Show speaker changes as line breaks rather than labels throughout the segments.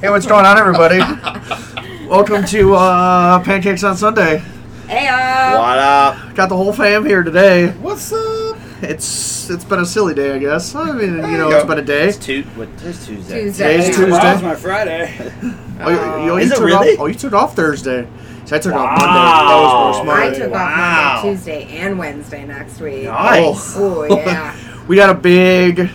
Hey, what's going on, everybody? Welcome to uh, Pancakes on Sunday.
Hey, uh,
What up?
Got the whole fam here today.
What's up?
It's it's been a silly day, I guess. I mean, you know,
Yeah.
it's been a day.
It's two. What? It's Tuesday.
Tuesday.
Today's
Yeah.
Tuesday.
Tomorrow's my Friday.
Oh, you, you,
Is
you
it
turned
really?
off, oh, you turned off Thursday. See, I turned off Monday.
Wow.
That was
I
more
took
smart.
off
Wow.
Monday, Tuesday, and Wednesday next week.
Nice.
Oh, yeah.
We got a big.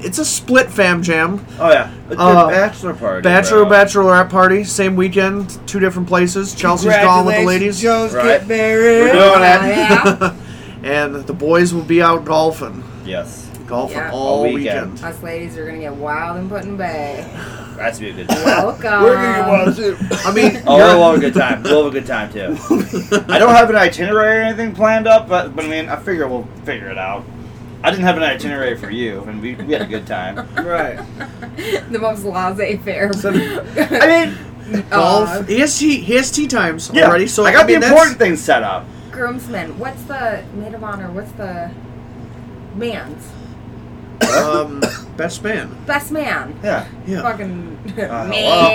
It's a split fam jam.
Oh yeah. It's
Uh,
a bachelor party.
Bachelor,
bro.
bachelorette party, same weekend, two different places. Chelsea's gone with the ladies,
Joe's
Right.
get married.
We're doing it.
yeah.
and the boys will be out golfing,
Yes.
golfing
Yeah.
all
All
weekend.
weekend.
Us ladies are going to get wild and put in bay.
That's gonna be a good time.
Welcome.
We're gonna get wild too.
I mean,
Oh, we'll have a good time. We'll have a good time too. I don't have an itinerary or anything planned up, but, but I mean, I figure we'll figure it out. I didn't have an itinerary for you, and we, we had a good time.
right.
the most laissez faire.
I mean,
golf.
Uh,
he has tea. He has tea times
yeah,
already. So
I got
mean,
the
that's-
important things set up.
groomsmen. What's the maid of honor? What's the man's?
Um, best man.
Best man.
Yeah.
Yeah.
Fucking
Uh,
me. Uh,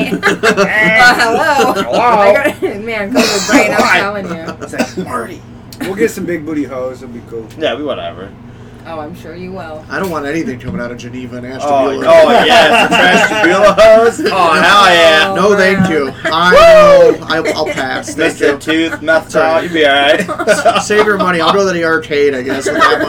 hello.
Hello.
I got- man, go to brain, I'm telling you.
It's like party.
We'll get some big booty hoes. It'll be cool.
Yeah, we whatever.
Oh, I'm sure you will.
I don't want anything coming out of Geneva and Ashton
Oh,
Bueller.
oh yes, the trash Jabula hoes. Oh hell yeah.
No,
Oh,
thank
man.
you. I know. I, I'll pass. Thank
Mr.
you.
Tooth, meth
Sorry.
jaw, you'll be alright.
Save your money. I'll go to the arcade, I guess, with that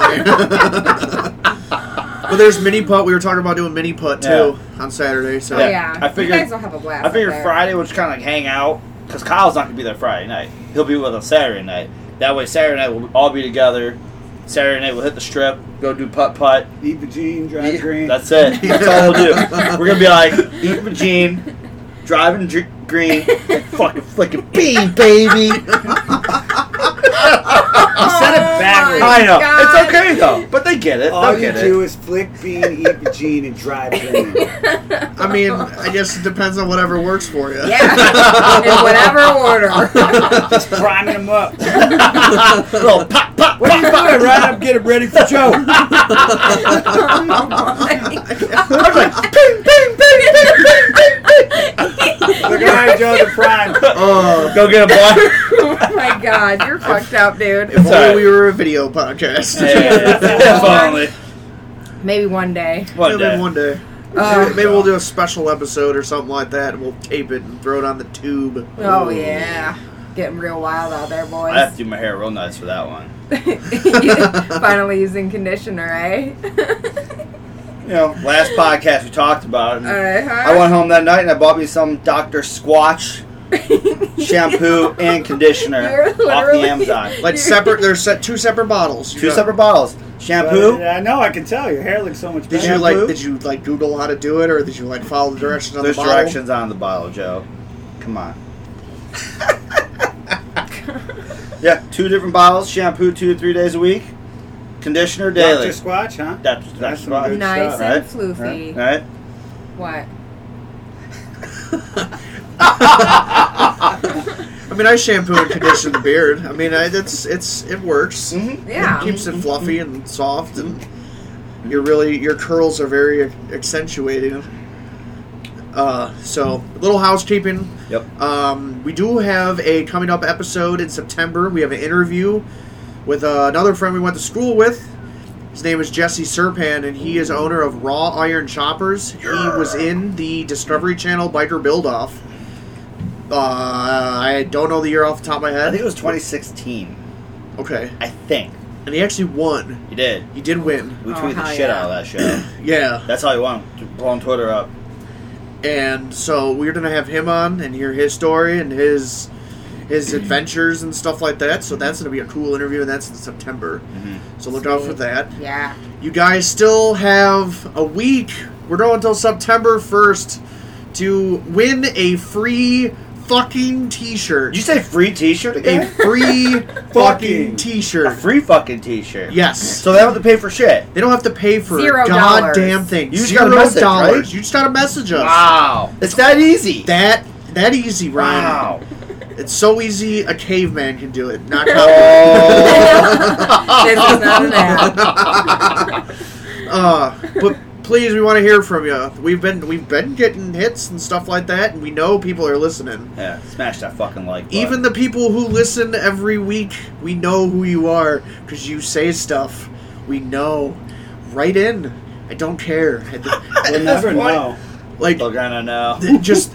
money. but there's mini putt. We were talking about doing mini putt too on Saturday. So
Oh, yeah.
I figured-
you guys will have a blast.
I figure
up there.
Friday we'll just kind of like hang out because Kyle's not gonna be there Friday night. He'll be with us Saturday night. That way, Saturday night we'll all be together. Saturday night we'll hit the strip, go do putt putt.
Eat the jean, drive green.
That's it. That's all we'll do. We're gonna be like eating Gene, driving dr- green, and fucking flicking bean, baby.
You
said it backwards.
I know it's
Oh
okay though, but they get it.
All
They'll
you
get
do
it.
is flick bean, eat the jean, and drive green.
I mean, I guess it depends on whatever works for you.
Yeah, in whatever order.
Just priming them up.
Little pop pop.
What are you doing? Right up, get them ready for Joe.
Oh
I was like, ping, ping, ping, ping, ping, ping,
Look at Joe the prime.
Oh,
Go get a boy.
oh my god, you're fucked up, dude.
if
Sorry.
only we were a video podcast.
if only.
Maybe one day.
One
Maybe
day.
one day.
Uh,
maybe, maybe we'll do a special episode or something like that, and we'll tape it and throw it on the tube.
Oh yeah, getting real wild out there,
I have to
boys.
do my hair real nice for that one.
Finally using conditioner, eh?
You know, last podcast we talked about it. and I
uh-huh.
went home that night and I bought me some Dr. Squatch shampoo and conditioner
You're
off the
literally-
Amazon. Like
Like separate, there's set two separate bottles.
two separate bottles. Shampoo.
I know. I can tell your hair looks so much better.
Did you like?
shampoo?
Did you like Google how to do it, or did you like follow the directions on
There's
the bottle?
directions on the bottle, Joe. Come on. yeah, two different bottles. Shampoo two to three days a week. Conditioner daily.
Dr. Squatch, huh?
That's
That's
that's
some
Squatch.
good
Nice
stuff.
Right?
and floofy.
All right.
What?
I mean, I shampoo and condition the beard. I mean, I, it's it's it works.
Mm-hmm.
Yeah.
It keeps it fluffy and soft, and you're really your curls are very accentuated. Uh, so little housekeeping.
Yep.
Um, we do have a coming up episode in September. We have an interview with uh, another friend we went to school with. His name is Jesse Serpan, and he is owner of Raw Iron Choppers. He was in the Discovery Channel biker build off. Uh, I don't know the year off the top of my
I think it
head.
was 2016.
Okay,
I think
and he actually won.
you did.
He did win.
We
Oh,
tweeted the
hell
shit
yeah.
out of that show.
Yeah,
That's how you want to blow on Twitter up.
and so we're gonna have him on and hear his story and his his adventures and stuff like that. So that's gonna be a cool interview, and that's in September.
Mm-hmm.
So look out for
Sweet.
that.
Yeah.
You guys still have a week. We're going until September 1st to win a free fucking t-shirt.
Did you say free T-shirt
a
again?
free fucking
Fucking.
A
t-shirt.
free fucking T-shirt.
Yes.
So they don't have to pay for shit.
they don't have to pay for
Zero
a goddamn
dollars.
thing.
You just
Zero
gotta message,
dollars.
right?
You just gotta message us.
Wow, it's that easy.
That that easy, Ryan.
wow.
It's so easy a caveman can do it. Not
Oh.
this is not an ad.
uh, but please, we want to hear from you. We've been we've been getting hits and stuff like that, and we know people are listening.
Yeah, smash that fucking like. Button.
Even the people who listen every week, we know who you are because you say stuff. We know. Write in. I don't care. At th- at
We'll
this
never
point,
know.
Like,
people gonna know.
th- just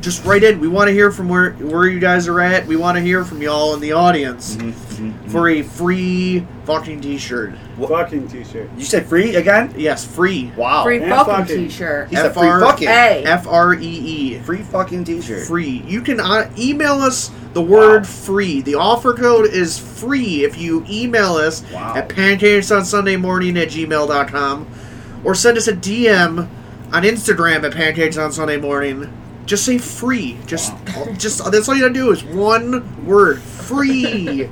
just write in. We want to hear from where where you guys are at. We want to hear from y'all in the audience
Mhm, mhm.
for a free fucking t-shirt.
Fucking t-shirt.
you said free again?
Yes, free.
Wow.
Free
man,
fucking
fucking-
t-shirt.
He said free
FR.
fucking.
Hey.
F R E E.
Free fucking t-shirt.
Free. You can uh, email us the word
Wow.
free. The offer code is free if you email us
Wow.
at pancakes on Sunday morning at gmail.com or send us a DM on Instagram at pancakes on Sunday morning. Just say free. Just, just that's all you gotta do is one word free.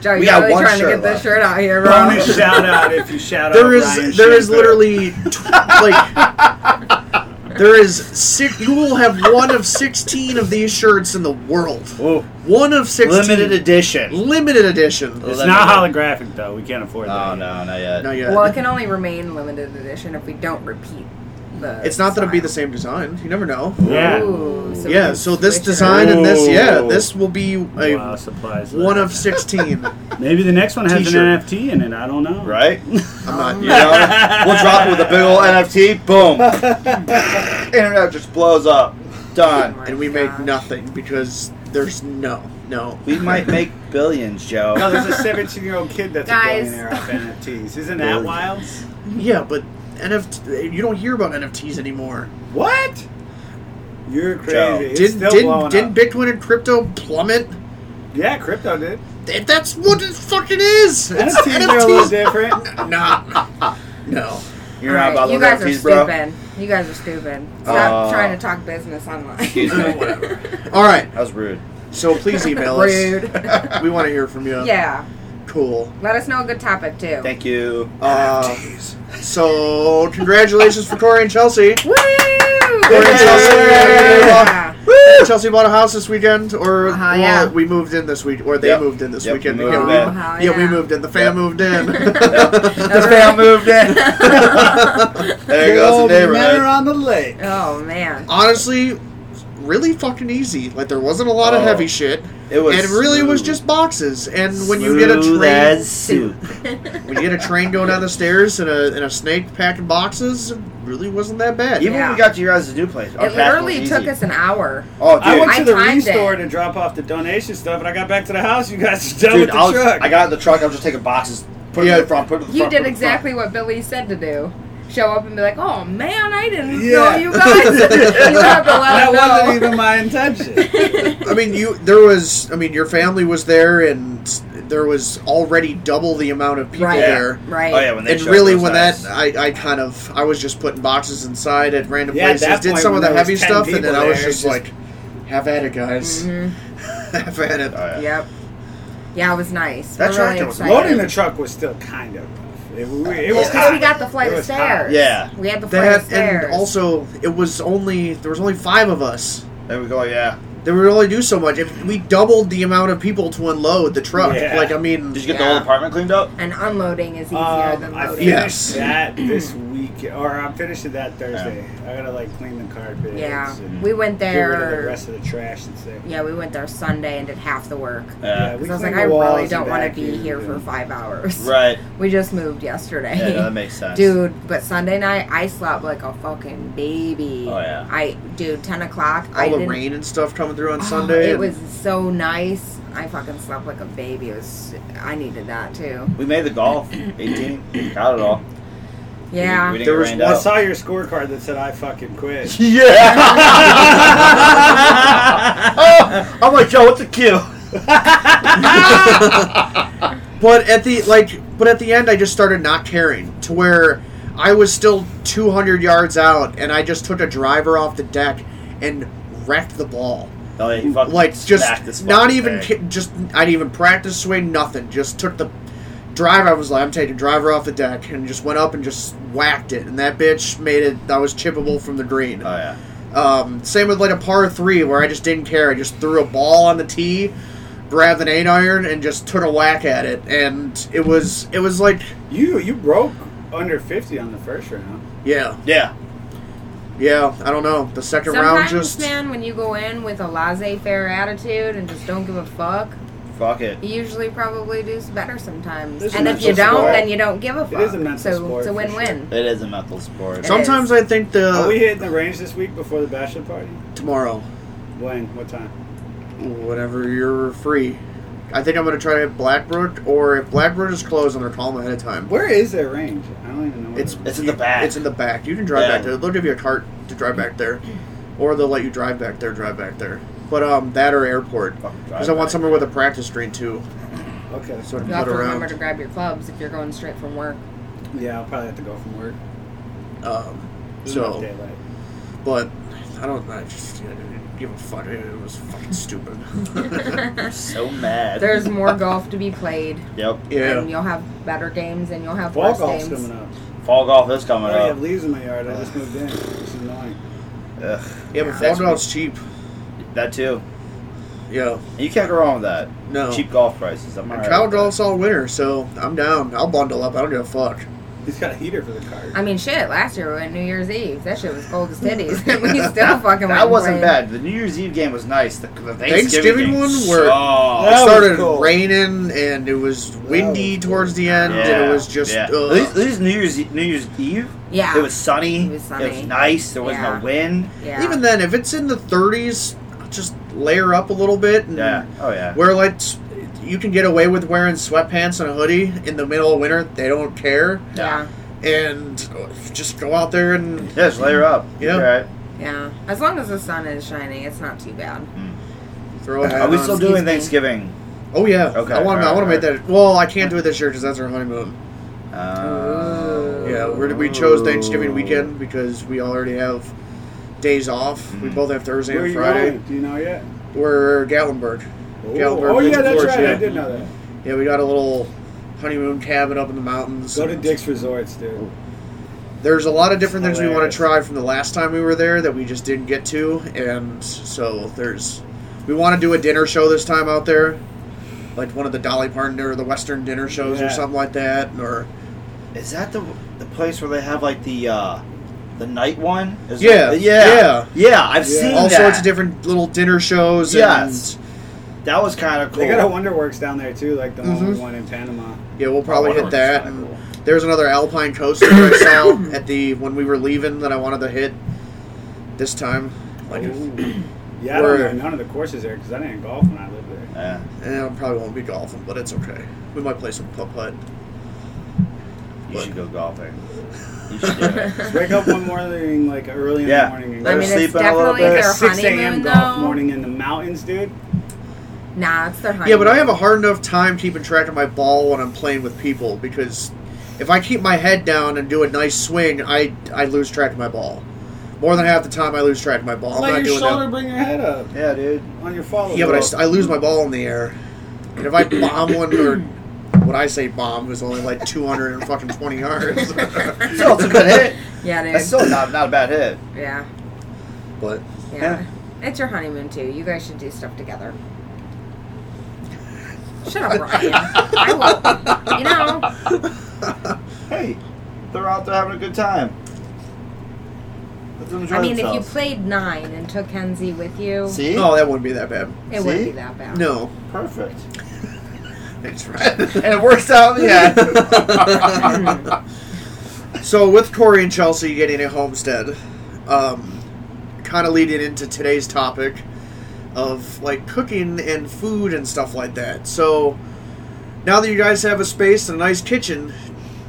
Joe,
We
you're
got
really
one
trying to
shirt
get
left.
this shirt out here, bro.
Bonus shout out if you shout out.
there is
Ryan
there is
Schaefer.
literally tw- like there is six. You will have one of sixteen of these shirts in the world.
Ooh,
One of sixteen.
limited edition.
Limited edition.
Well,
It's not holographic though. We can't afford
Oh
that.
no, not yet.
Not yet.
well, it can only remain limited edition if we don't repeat the.
it's not that it'll be the
style.
same design. You never know.
Yeah.
Ooh, so we
yeah.
can
So this
switch it
design and this, yeah,
Ooh.
this will be a
Wow, supplies.
one of sixteen.
Maybe the next one has
T-shirt.
an NFT in it. I don't know.
Right?
I'm not.
Oh
You know, we'll drop it with a big old NFT. Boom. Internet just blows up.
Oh
Done.
my
And we make
gosh.
nothing because there's no, no.
We might make billions,
No,
Joe.
there's a 17 year old kid that's
Guys.
a billionaire off NFTs.
Billion.
Isn't that wild?
Yeah, but NFT. You don't hear about NFTs anymore.
What? You're
Joe.
crazy. It's
Did
still blowing
did
up.
did Bitcoin and crypto plummet?
yeah, crypto did.
Th- That's what it fucking is. It's
NFTs are a little different.
Nah, no.
You're not
Alright,
about
you
those
guys are
NFTs, bro.
stupid. You guys are stupid. Stop
Uh,
trying to talk business online.
Excuse me.
All right.
That was rude.
So please email us.
Rude.
We want to hear from you.
yeah.
Cool.
Let us know a good topic too.
Thank you.
Uh, so congratulations for Corey and Chelsea.
Woo!
Yeah.
Yeah.
Chelsea bought a house this weekend, or
Uh-huh,
well,
yeah.
we moved in this week, or they
Yep.
moved in this
Yep,
weekend.
we moved
yeah, we,
in.
Wow,
yeah, we
yeah.
moved in. The fam
Yep.
moved in.
The fam moved in. there you go.
Old
It's the
men are
neighborhood.
on the lake.
Oh man.
Honestly, really fucking easy. Like there wasn't a lot
Oh.
of heavy shit,
It was.
and really it was
smooth.
just boxes. And when you get a
Smooth
train,
as soup.
when you get a train going down the stairs and a, and a snake packing boxes, it really wasn't that bad.
Even when we
Yeah.
got to your guys' new place, our
It
path
literally
was
took
easy.
us an hour.
Oh, dude,
I went
I
to the
timed
restore
it.
to drop off the donation stuff, and I got back to the house. You guys are done
dude,
with the
I, was,
truck.
I got in the truck. I was just taking boxes, put it
Yeah.
in the front, put it in the
You
front.
did
put it in the front.
exactly what Billy said to do. Show up and be like, "Oh man, I didn't
Yeah.
know you guys." you have to let
that
them know.
wasn't even my intention.
I mean, you there was. I mean, your family was there, and there was already double the amount of people
Right.
there.
Right.
Oh yeah, when they
and
showed
really,
those
when
guys.
that uh, I, I kind of I was just putting boxes inside at random
Yeah, at
places,
that
did
point
some of
when
the
there was
heavy
10
stuff, and then
people
I was
there, Mm-hmm.
just
just-
like, "Have at it, guys.
Mhm.
Have at it."
Oh, yeah.
Yep. Yeah, it was nice.
That
We're
tractor
really
was
excited.
Loading the truck was still kind of rough. It, wa- it was
Just 'cause we
hot.
got the flight
It
of
was hot.
stairs.
Yeah.
We had the flight of
That
stairs.
and also it was only there was only five of us.
There we go. Yeah.
They would only do so much. If we doubled the amount of people to unload the truck,
Yeah.
like I mean,
Did you get the
Yeah.
whole apartment cleaned up?
and unloading is easier than
Um, I
loading.
Yeah. Yes.
finished that this week, or I'm finishing that Thursday. I gotta like clean the carpet.
Yeah.
and
We went
get rid of the
there.
rest of the trash and stuff.
Yeah, we went there Sunday and did half the work.
Yeah.
Because
we
I was like,
cleaned
I
the walls
really
and
don't want to be
vacuumed
here for
and-
five hours.
Right.
We just moved yesterday.
Yeah, no, that makes sense.
Dude, but Sunday night I slept like a fucking baby.
Oh, yeah.
I dude, ten o'clock.
all
I
the
didn't,
rain and stuff coming through on
Oh,
Sunday.
It
and-
was so nice. I fucking slept like a baby. It was. I needed that too.
We made the golf. 18. Got it all.
Yeah.
We, we
There
didn't
was
get rained
I
out.
saw your scorecard that said I fucking quit.
Yeah. oh, I'm like, Joe, what's a cue?
But at the like, but at the end, I just started not caring to where I was still 200 yards out, and I just took a driver off the deck and wrecked the ball.
Oh, yeah, you fucking
Like
smacked this
just not
fucking
even
thing.
ki- just I didn't even practice swing, nothing. Just took the drive. I was like, I'm taking driver off the deck, and just went up and just whacked it, and that bitch made it. That was chippable from the green.
Oh yeah.
Um, same with like a par three where I just didn't care. I just threw a ball on the tee, grabbed an eight iron, and just took a whack at it. And it was it was like
You you broke under 50 on the first round.
Yeah,
Yeah.
yeah. I don't know. The second round
Sometimes,
just
man, when you go in with a laissez-faire attitude and just don't give a fuck,
Fuck it.
you usually probably do better sometimes.
This is
and
a
if you
mental
don't,
sport.
then you don't give a fuck.
It is a mental
so
sport,
it's a
for
win-win.
It is a mental sport.
So-
Sometimes I think
Are Oh, we
the
hitting the range this week before the bachelor party?
tomorrow,
When? What time?
whenever you're free, I think I'm gonna try to hit Blackbrook, or if Blackbrook is closed, I'm gonna call them ahead of time.
Where is their range? I don't even know. where
It's-
their-
It's in the back.
It's in the back. You can drive
Yeah.
back there. They'll give you a cart to drive back there, or they'll let you drive back there. Drive back there. But um, that or airport, because I want somewhere with a practice green too,
okay.
so I
You
can
have
put
to remember to
around.
grab your clubs if you're going straight from work.
Yeah, I'll probably have to go from work.
Um,
There's
Mm,
enough
so,
daylight.
but I don't. I just I didn't give a fuck. It was fucking stupid.
so mad.
There's more golf to be played,
Yep.
and
yeah.
you'll have better games, and you'll have
Fall
worse
golf's
games.
coming up.
Fall golf is
I
coming
Oh,
already have
up.
leaves in my yard. I
Uh,
just moved in. It's annoying.
Ugh.
Yeah, but
That's-
fall golf's cheap.
That too.
Yeah.
You can't go wrong with that.
No.
Cheap golf prices. I'm
And
alright
Cal
with that.
golf's all winter, so I'm down. I'll bundle up. I don't give a fuck.
He's got a heater for the car.
I mean, shit. Last year we went New Year's Eve. That shit was cold as titties, and we still fucking. went
That
and
wasn't
played.
bad. The New Year's Eve game was nice. The, the Thanksgiving,
Thanksgiving
game
one where-
sucked.
It
That was
started
cool.
raining and it was windy
was cool.
towards the end, and
Yeah,
it was just. uh, ugh.
yeah. At least, at least New Year's E- New Year's Eve.
Yeah.
It was sunny.
It was sunny.
nice. There wasn't
Yeah.
a wind.
Mm-hmm.
Yeah.
Even then, if it's in the 30s, just layer up a little bit. And
Yeah. Oh yeah.
Wear like s- you can get away with wearing sweatpants and a hoodie in the middle of winter. They don't care,
Yeah.
and just go out there and
Yeah, just layer up.
Yeah.
You're Right.
Yeah. As long as the sun is shining, it's not too bad.
throw a hat
Are we
on.
still
excuse
doing
me.
Thanksgiving?
Oh yeah.
Okay,
I want. to I
alright,
want to make that. Well, I can't do it this year because that's our honeymoon.
Uh,
Yeah, we're, we chose Thanksgiving weekend because we already have days off. We
Mhm.
both have Thursday
Mm-hmm. Where are
and Friday.
you going? Do you know yet?
We're Gatlinburg.
Oh,
Gatlinburg,
oh, yeah, that's
Georgia.
right. I did know that.
Yeah, we got a little honeymoon cabin up in the mountains.
Go to Dick's Resorts, dude.
There's a lot of different things we want
Hilarious.
to try from the last time we were there that we just didn't get to, and so there's we want to do a dinner show this time out there, like one of the Dolly Parton or the Western dinner shows
Yeah.
or something like that, or Mm-hmm.
Is that the the place where they have like the uh the night one? Is
Yeah,
that- yeah,
yeah.
yeah. I've
Yeah.
seen
all
that.
sorts of different little dinner shows.
Yes.
Yes.
That was kind of cool.
They got a Wonderworks down there, too, like the
Mhm.
one, one in Panama.
And yeah, we'll probably
Oh,
hit
Wonderworks
that.
is kinda
and
cool.
There's another Alpine coaster I saw at the when we were leaving that I wanted to hit this time. Like,
Ooh. yeah, I don't
Where-
know none of the courses there because I didn't golf when I lived there.
Yeah.
eh, I probably won't be golfing, but it's okay. We might play some putt putt.
You should go golfing. You should do it.
Just wake up one morning, like early in
Yeah.
the morning. And
I
They're
mean, it's
sleeping a little
definitely
bit.
their
Like 6 a.m.
honeymoon,
golf
though.
morning in the mountains, dude.
Nah, it's their honeymoon.
Yeah, but I have a hard enough time keeping track of my ball when I'm playing with people because if I keep my head down and do a nice swing, I I lose track of my ball. More than half the time, I lose track of my ball. I'm
Let
not
your
doing
shoulder
that.
bring your head up
Yeah, dude.
on your follow.
Yeah, but I s- I, lose my ball in the air. And if I bomb one or what I say bomb is only like 220 yards.
Still, it's a good hit.
Yeah, dude.
That's still not not a bad hit.
yeah.
but
yeah.
Yeah.
It's your honeymoon, too. You guys should do stuff together. Shut up, Ryan. I will. You know,
Hey, they're out there having a good time. Let them enjoy
I mean, if you
themselves.
played nine and took Kenzie with you,
See?
oh, that wouldn't be that bad.
it wouldn't
see?
be that bad.
No,
Perfect.
thanks, Ryan.
And it works out in the end.
so with Corey and Chelsea getting a homestead, um, kind of leading into today's topic of like cooking and food and stuff like that. So now that you guys have a space and a nice kitchen,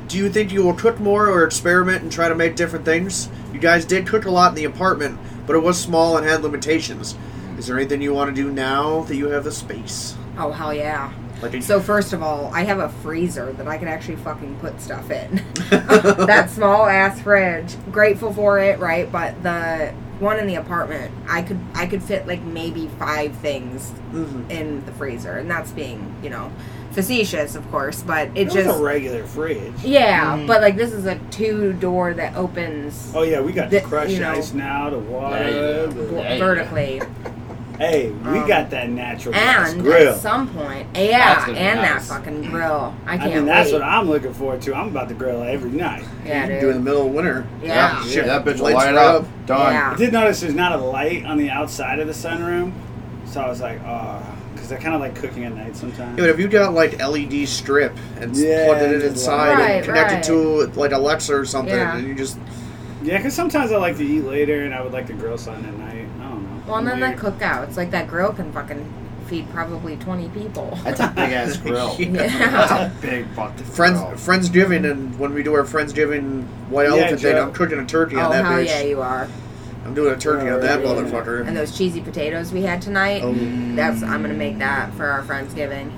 do you think you will cook more or experiment and try to make different things? You guys did cook a lot in the apartment, but it was small and had limitations. Is there anything you want to do now that you have the space?
Oh, hell yeah.
Like a,
So first of all, I have a freezer that I can actually fucking put stuff in. that small ass fridge. Grateful for it, right? But the one in the apartment, I could I could fit like maybe five things
Mhm.
in the freezer, and that's being you know facetious, of course. But it
It was
just
a regular fridge.
yeah.
Mm.
Mhm.
But like this is a two door that opens
Oh yeah, we got
That-
the crushed
you know.
ice now, the water.
Yeah, you do.
the-
Yeah, you do.
vertically.
Hey, we
Um,
got that natural gas
And
grill.
at some point,
That's
yeah,
gonna
and
be
that
nice.
fucking grill. I
I
can't
mean, that's
wait.
what I'm looking forward to. I'm about to grill every night.
yeah, dude.
Do in the middle of winter.
yeah.
Shit,
that bitch will
lights
light
right
up.
up.
Done.
Yeah.
I did notice there's not a light on the outside of the sunroom, so I was like, oh, because I kind of like cooking at night sometimes.
Yeah, but if you got like LED strip and
Yeah,
plugged it in
and just
inside and
Right,
connected
right.
to like Alexa or something,
Yeah.
and you just
Yeah, because sometimes I like to eat later, and I would like to grill something at night. I don't know.
Well, and then
Weird.
the cookouts, like that grill can fucking feed probably 20 people. Oh,
That's a big ass grill.
Yeah.
That's a big fucking
friends
grill.
friendsgiving. And when we do our friendsgiving white
Oh. Yeah,
elephant thing,
Joe.
I'm cooking a turkey
oh,
on that
hell
bitch.
yeah, you are.
I'm doing a turkey on that
Yeah.
motherfucker.
And those cheesy potatoes we had tonight,
Oh.
that's I'm gonna make that for our friendsgiving.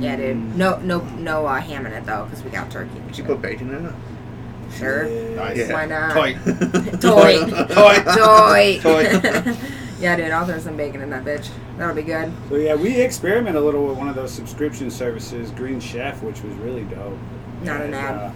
Yeah, dude. No, no, no uh, ham in it though, because we got turkey. and
Did you
shit.
Oh, put bacon in it?
Sure.
Yeah.
Nice.
Why not?
Tight.
Toy. Toy.
Toy.
yeah, dude. I'll throw some bacon in that bitch. That'll be good.
So yeah, we experiment a little with one of those subscription services, Green Chef, which was really dope.
Not an ad.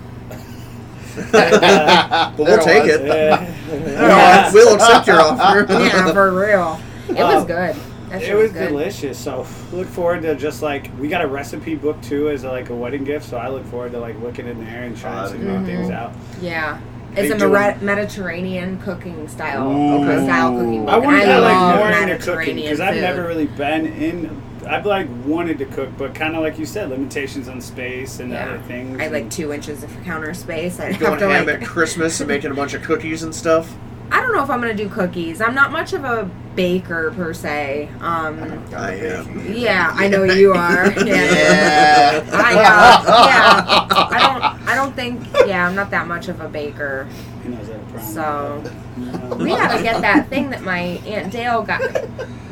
but we'll take it.
Yeah.
Yeah, we'll accept your offer.
Yeah, for real. It was
Oh.
good. That shit
It was
good.
delicious. So look forward to just like we got a recipe book too as like a wedding gift. So I look forward to like looking in there and
Oh,
trying
that'd
some
be
new
cool.
things
Mm-hmm.
out.
Yeah.
They
It's a
do
Mer- Mediterranean cooking style,
Ooh.
Okay.
style cooking.
I
book, and
want to get
love
like more into cooking
Mediterranean
because I've
food.
never really been in. I've like wanted to cook, but kind of like you said, limitations on space and
Yeah.
other things.
I had like
and-
two inches of counter space. I
Going
have to
ham
like.
at Christmas and making a bunch of cookies and stuff.
I don't know if I'm gonna do cookies. I'm not much of a baker per se. Um,
I am.
yeah, I know you are. Yeah.
Yeah.
I uh, yeah. I don't. I don't think. Yeah, I'm not that much of a baker.
Who knows that problem?
So
Um,
we gotta get that thing that my aunt Dale got.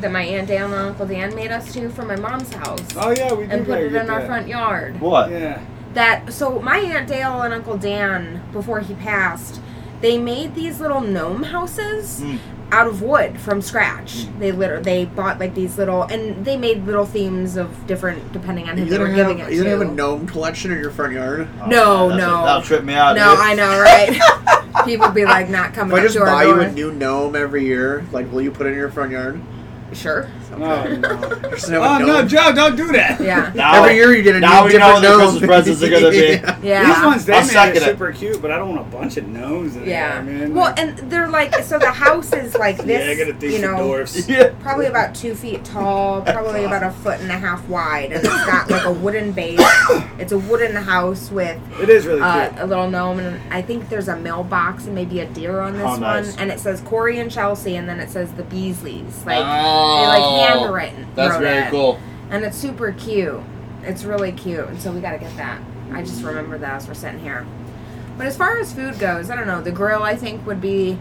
That my aunt Dale and Uncle Dan made us to from my mom's house.
Oh yeah, we do.
and put
gotta
it
get
in our
that.
front yard.
What?
Yeah.
That so my aunt Dale and Uncle Dan before he passed, they made these little gnome houses
Mm.
out of wood from scratch.
Mm.
They liter they bought like these little and they made little themes of different depending on who
You
they were
didn't,
giving
have,
it
you
to.
didn't have a gnome collection in your front yard?
Oh,
No,
that's-
no.
That'll trip me out.
no,
dude.
I know, right? People be like not
If
coming
I
up
just
to
buy
our
you
door.
a new gnome every year, like, will you put it in your front yard?
sure.
Oh no.
Just have a
oh no,
gnome.
Joe, don't do that.
Yeah.
Now,
Every year you did a
now
new
we know
different
what the
gnome.
Christmas presents are gonna be.
Yeah.
Yeah.
These ones they
I'll
made
second
are
it.
super cute, but I don't want a bunch of gnomes in
Yeah.
there, man.
Well, and they're like so the house is like this,
yeah, I gotta think
you know,
the dwarfs.
Yeah.
probably about two feet tall, probably about a foot and a half wide, and it's got like a wooden base. It's a wooden house with
It is really
uh,
cute.
a little gnome, and I think there's a mailbox and maybe a deer on this
Oh,
one.
nice.
And it says Corey and Chelsea, and then it says the Beasleys. Like they like
Oh,
handwritten.
That's
wrote
very
it.
cool.
And it's super cute. It's really cute, and so we gotta get that. I just remember that as we're sitting here. But as far as food goes, I don't know. The grill, I think, would be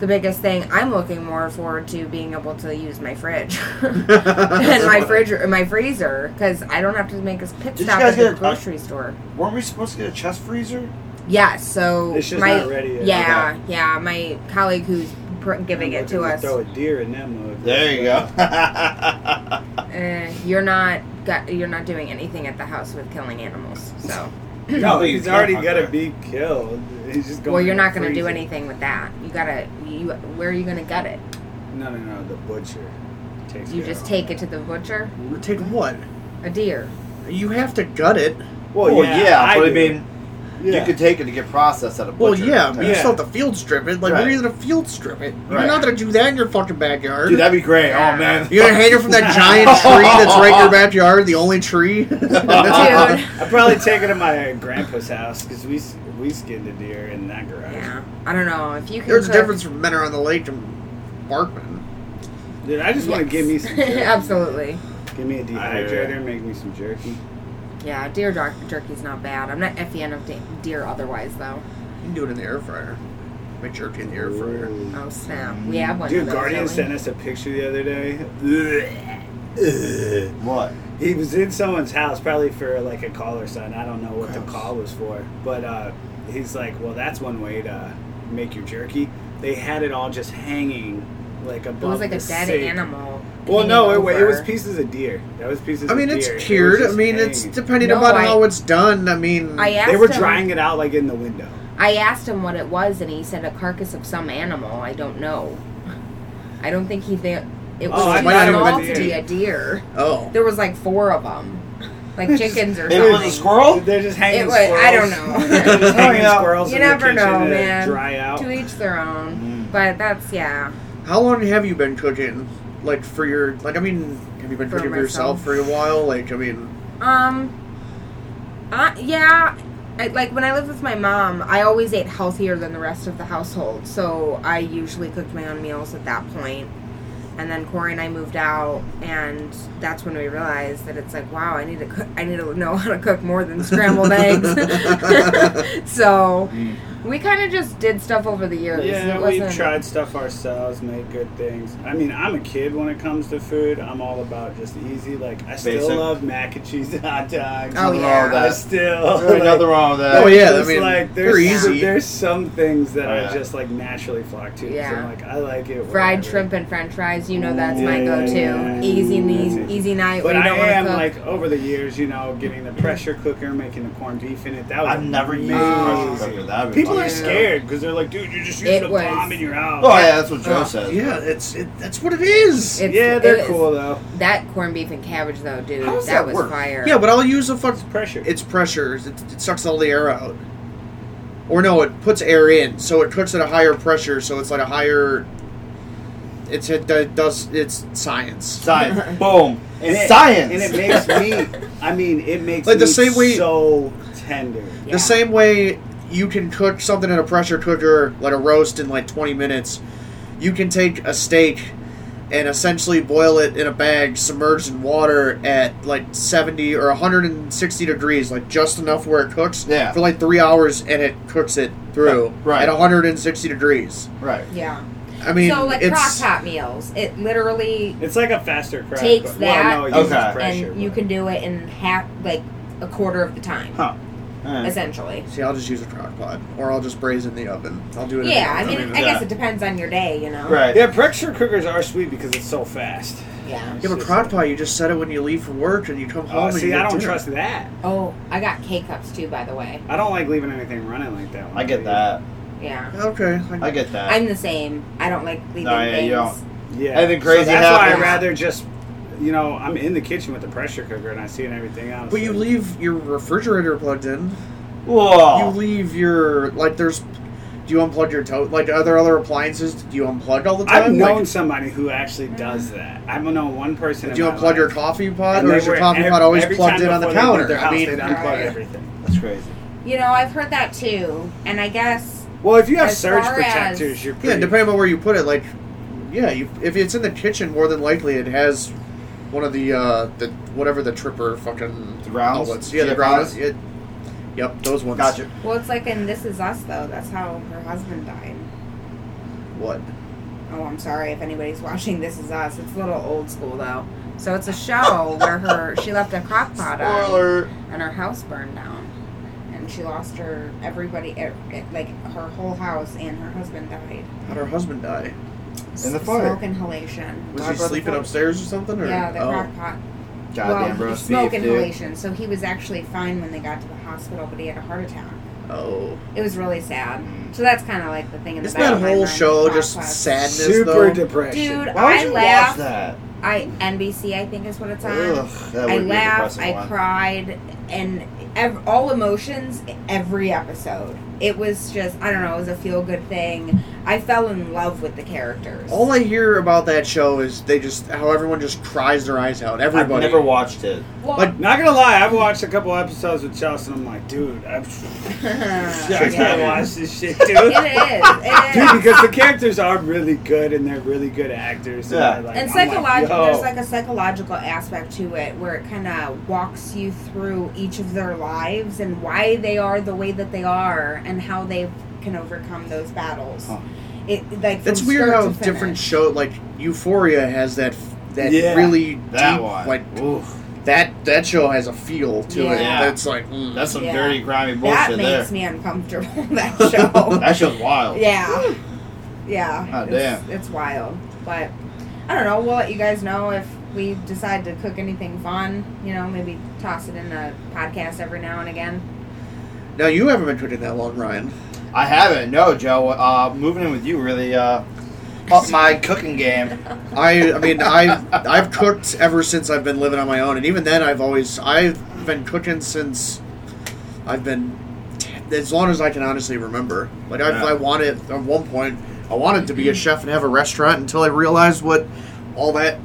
the biggest thing. I'm looking more forward to being able to use my fridge and my fridge, my freezer, because I don't have to make a pit
Did you
stop
guys
at the
get a-
grocery store.
Weren't we supposed to get a chest freezer?
Yeah, so
It's just
my
not ready yet.
yeah, yeah, my colleague who's pr- giving
I'm
it to
looking
us.
Throw a deer in that mug.
There you go.
Uh, you're not got, you're not doing anything at the house with killing animals, so.
No,
Please,
he's already
don't
gotta
hunger.
be killed. He's just going.
Well, you're
in the
not going to do
freezer.
anything with that. You gotta. You where are you going to get it?
No, no, no. The butcher takes.
You
care
just
of
take it to the butcher.
Take what?
A deer.
You have to gut it.
Well, yeah, I
but I
do.
mean,
Yeah.
you could take it to get processed at a
Well,
butcher.
yeah, but you
Yeah.
still have to field strip it. Like,
Right.
what are you gonna field strip it?
Right.
You're not gonna do that in your fucking backyard.
Dude, that'd be great.
Yeah.
Oh man,
You're gonna hang it from that giant tree that's right in your backyard, the only tree.
Dude.
I probably take it to my grandpa's house because we s- we skinned a deer in that garage.
Yeah. I don't know if you can.
There's a
cook-
difference from men are on the lake and Barkman.
Dude, I just want
Yes.
to give me some. Jerky.
Absolutely.
Give me a dehydrator. Make me some jerky.
Yeah, deer jer- jerky's not bad. I'm not a fan of de- deer otherwise though.
You can do it in the air fryer. Make jerky in the air fryer.
Ooh.
Oh snap! We have one. of
Dude,
those,
Guardian
don't
sent
we?
us a picture the other day. Ugh.
what?
He was in someone's house, probably for like a call or something. I don't know what the call was for, but uh, he's like, "Well, that's one way to make your jerky." They had it all just hanging, like above.
It was like
the
a dead
sink.
animal.
Well,
hanging
no, it, wa- it
over.
was pieces of deer. That was pieces.
I mean,
of
it's
deer. It was
cured. I
just
mean, it's
hanging.
depending
No,
upon
I-
how it's done. I mean,
I asked
They were
him,
drying it out like in the window.
I asked him what it was, and he said a carcass of some animal. I don't know. I don't think he th- It
Oh,
was
I
too
might not even
small
been
to be a deer.
Oh.
There was like four of them, like chickens or
Maybe it was a
something.
Oh.
squirrel.
They're just hanging
It was- I don't
squirrels.
know.
They're just hanging
Oh, yeah.
squirrels
You
in your
never
kitchen
know,
to
man.
Dry out.
To each their own.
Mm.
But that's yeah.
How long have you been cooking? Like for your like I mean, have you been
For
cooking for yourself for
myself.
a while? Like I mean,
Um. Uh, yeah. I, like when I lived with my mom, I always ate healthier than the rest of the household, so I usually cooked my own meals at that point. And then Corey and I moved out, and that's when we realized that it's like, wow, I need to cook, I need to know how to cook more than scrambled eggs. so
Mm.
we kind of just did stuff over the years. It
Yeah, we
wasn't-
tried stuff ourselves, made good things. I mean, I'm a kid when it comes to food. I'm all about just easy. Like, I still
Basic.
love mac and cheese and hot dogs.
Oh,
I
yeah.
still.
There's
like,
nothing wrong with that.
Oh, yeah, I
just
mean,
like
they're
there's
easy.
there's some things that
Oh,
I
yeah.
just like naturally flock to. 'cause
Yeah.
I'm like I like it.
fried
whatever.
shrimp and french fries you know that's my
Ooh.
go-to
Yeah.
easy
That's
easy,
it.
easy night
But
when you
I
don't want to
am
cook
like over the years, you know, getting the pressure cooker, making the corned beef in it. That was
I've never used a
amazing.
pressure cooker. That would be
People
fun.
are
Yeah.
scared because they're like, dude, you're just
It
using a
was-
bomb in your house.
Oh yeah, that's what Joe
Oh,
says.
yeah, it's it, that's what it is.
It's-
yeah,
it
they're
is-
cool though.
that corned beef and cabbage though dude
How does
that,
that
was
work?
fire
yeah, but I'll use a fuck.
Pressure.
It's pressure. It, it sucks all the air out. Or no, it puts air in, so it cooks at a higher pressure. So it's like a higher. It's it do- does it's science.
Science. Boom.
And it-
Science.
and it makes me. I mean, it makes
Like the
me
same way-
so tender.
Yeah.
The same way you can cook something in a pressure cooker, like a roast, in like 20 minutes, you can take a steak and essentially boil it in a bag submerged in water at like 70 or 160 degrees, like just enough where it cooks
Yeah.
for like three hours and it cooks it through
Right.
at 160 degrees.
right.
yeah
I mean,
so like crock
it's,
pot meals it literally
It's like a faster crack.
Takes
but- well,
that
no, it uses
Okay.
pressure,
and you
but-
can do it in half like a quarter of the time
Huh. Eh.
essentially
See, I'll just use a crock pot, or I'll just braise it in the oven. I'll do it. in the
yeah i
oven.
mean i
yeah.
guess it depends on your day you know
Right.
Yeah, pressure cookers are sweet because it's so fast.
yeah
You have a crock pot. You just set it when you leave from work, and you come home.
Oh,
and
see,
you
I
get
don't
dinner.
trust that.
oh i got k-cups too by the way
I don't like leaving anything running like that. when
I get
leave.
that.
yeah
Okay,
I get that.
i'm the same i don't like leaving
No, yeah, you
things
Yeah,
Anything crazy
So that's why I
happens.
rather just, you know, I'm in the kitchen with the pressure cooker and I see it and everything else.
But you
and-
leave your refrigerator plugged in.
Whoa.
Oh.
You leave your like. There's. Do you unplug your tote? Like, are there other appliances? Do you unplug all the time?
I've known
Like,
somebody who actually does that. I've known one person.
do you
in my
unplug your
life,
coffee pot,
and
or
they
is your
were
coffee
ev-
pot always
every
plugged
time
in on the
before they left
counter?
Their house,
I
they'd
mean,
unplug
Right.
everything.
That's crazy.
you know i've heard that too and i guess
Well, if you have
As
surge
far as-
protectors, you're
yeah,
pretty.
depending on where you put it. Like, yeah, you, if it's in the kitchen, more than likely it has one of the uh the whatever the tripper fucking
The rounds?
outlets. Yeah, the
GFIs?
grounds. It, yep, those ones.
Gotcha.
Well, it's like in This Is Us, though. That's how her husband died.
What?
Oh, I'm sorry if anybody's watching This Is Us. It's a little old school, though. So it's a show where her she left a crock pot on
Spoiler.
and her house burned down. And she lost her, everybody, it, it, like her whole house and her husband died.
How'd her husband die?
In the
S-
fire.
Smoke inhalation.
Was
Died
he
by the
sleeping
fire.
upstairs or something? Or?
Yeah, the
oh.
crock pot.
Goddamn
well,
roast
smoke
beef, dude.
inhalation. So he was actually fine when they got to the hospital, but he had a heart attack.
Oh.
It was really sad.
Mm.
So that's kind of like the thing in the
Isn't
back
that
of my
whole
mind,
show
crock
just
pots.
sadness,
Super
though?
depression.
Dude,
Why would
I
you watch
laughed.
that?
I NBC, I think is what it's on.
Ugh, that
I
would be a
laughed,
depressing
I
one.
cried, and ev- all emotions every episode. It was just I don't know. It was a feel good thing. I fell in love with the characters.
All I hear about that show is they just how everyone just cries their eyes out.
I've
Everybody.
never watched it.
Well,
like-
Not gonna lie, I've watched a couple episodes with Chelsea, and I'm like, dude, I'm
yeah.
I can't watch this shit, dude.
It is. It is.
Dude, because the characters are really good and they're really good actors.
Yeah.
I like-
and
I'm like,
psychological,
yo.
there's like a psychological aspect to it where it kind of walks you through each of their lives and why they are the way that they are and how they can overcome those battles.
Huh.
It like from
It's weird
start
how
to
different
finish.
show like Euphoria has that that
Yeah,
really
That
deep
one.
like
Oof.
that that show has a feel to it
Yeah.
that's like mm.
That's some
Yeah.
dirty, grimy
that
bullshit
makes
there.
me uncomfortable. That show.
That show's wild.
yeah, yeah.
Ah,
it's, it's wild, but I don't know. We'll let you guys know if we decide to cook anything fun. You know, maybe toss it in a podcast every now and again.
now you haven't been cooking that long, Ryan.
I haven't. No, Joe. Uh, moving in with you really uh, up my cooking game.
I I mean I've I've cooked ever since I've been living on my own, and even then I've always I've been cooking since I've been t- as long as I can honestly remember. Like I,
Yeah.
I wanted at one point I wanted to be a chef and have a restaurant until I realized what all that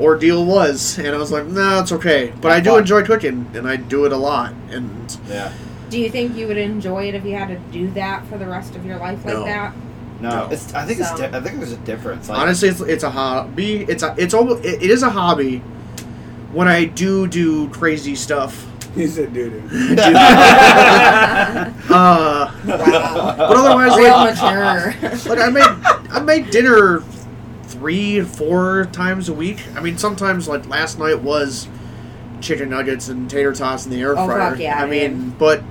ordeal was, and I was like, no, it's okay. But I do
Why?
enjoy cooking, and I do it a lot, and
Yeah.
Do you think you would enjoy it if you had to do that for the rest of your life like
No.
that?
No.
No, it's, I think it's.
So-
Di- I think there's a difference. Like,
Honestly, it's, it's a hobby. It's a, it's almost it, it is a hobby. When I do do crazy stuff,
He said doo-doo.
uh,
Wow.
but otherwise,
Real
like,
mature.
like I made I made dinner three four times a week. I mean, sometimes like last night was chicken nuggets and tater tots in the air
Oh,
fryer.
fuck yeah,
I mean,
dude.
but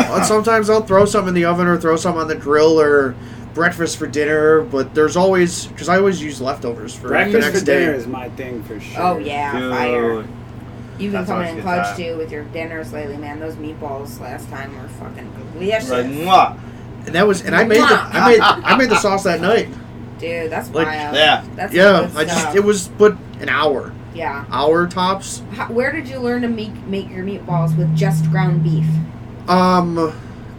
uh, sometimes I'll throw some in the oven or throw some on the grill or breakfast for dinner. But there's always because I always use leftovers for the
Breakfast
next
for
day.
dinner is my thing for sure.
oh yeah, fire.
Dude.
You've been
That's
coming
always
in
a good
clutch
time.
too with your dinners lately, man. Those meatballs last time were fucking delicious,
Like, mwah.
And that was, and I made, the, I made, I made the sauce that night.
dude. That's
Like,
wild.
Yeah.
That's
Yeah,
good
I just,
stuff.
it was, but an hour,
yeah.
hour tops.
How, where did you learn to make make your meatballs with just ground beef?
Um,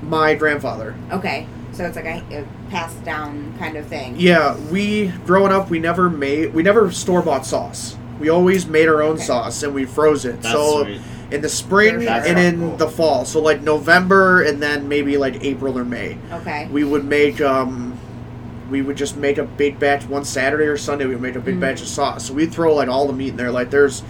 my grandfather.
Okay, so it's like a, a passed down kind of thing.
Yeah, we growing up, we never made, we never store bought sauce. We always made our own
Okay.
sauce and we froze it.
That's
so
sweet.
in the spring
That's
and in
cool.
the fall, so like November and then maybe like April or May,
Okay.
we would make um. We would just make a big batch one Saturday or Sunday. We would make a big
Mm.
batch of sauce. So we'd throw like all the meat in there. Like there's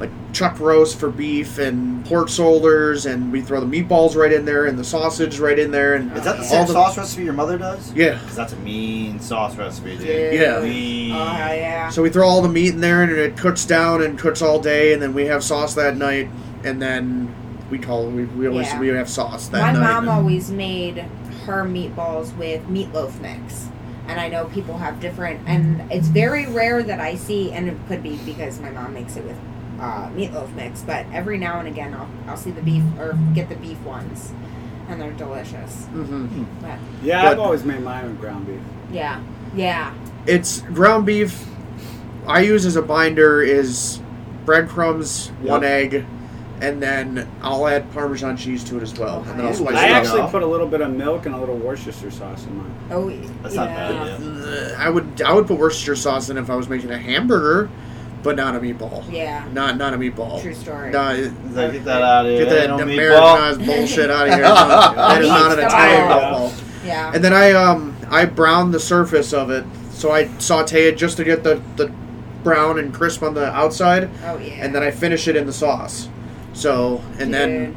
like chuck roast for beef and pork shoulders, and we throw the meatballs right in there and the sausage right in there. And
Is that the
all
same
the-
sauce recipe your mother does?
yeah,
Cause that's a mean sauce recipe, dude.
Dude.
Yeah.
Mean.
Oh hell yeah.
So we throw all the meat in there, and it cooks down and cooks all day, and then we have sauce that night, and then we call we we always
Yeah.
we have sauce that
My
night.
mom always made her meatballs with meatloaf mix. And I know people have different, and it's very rare that I see, and it could be because my mom makes it with uh, meatloaf mix, but every now and again I'll, I'll see the beef or get the beef ones, and they're delicious.
hmm
But
Yeah, I've
But-
always made mine with ground beef.
yeah, yeah,
It's ground beef. I use as a binder is breadcrumbs, one egg, and then I'll add Parmesan cheese to it as well, and then I'll
Ooh,
spice
I
it
actually
up.
put a little bit of milk and a little Worcestershire sauce in mine.
oh,
That's
yeah.
not bad. Yeah.
I would I would put Worcestershire sauce in if I was making a hamburger, but not a meatball.
yeah,
Not not a meatball.
Oh,
true story.
No,
It's like, get that out of here.
Get that
no meatball.
Americanized bullshit out of here. No, that is not an Italian
Meatball.
meatball.
Yeah,
And then I um I browned the surface of it, so I saute it just to get the, the brown and crisp on the outside,
oh yeah.
and then I finish it in the sauce. So and then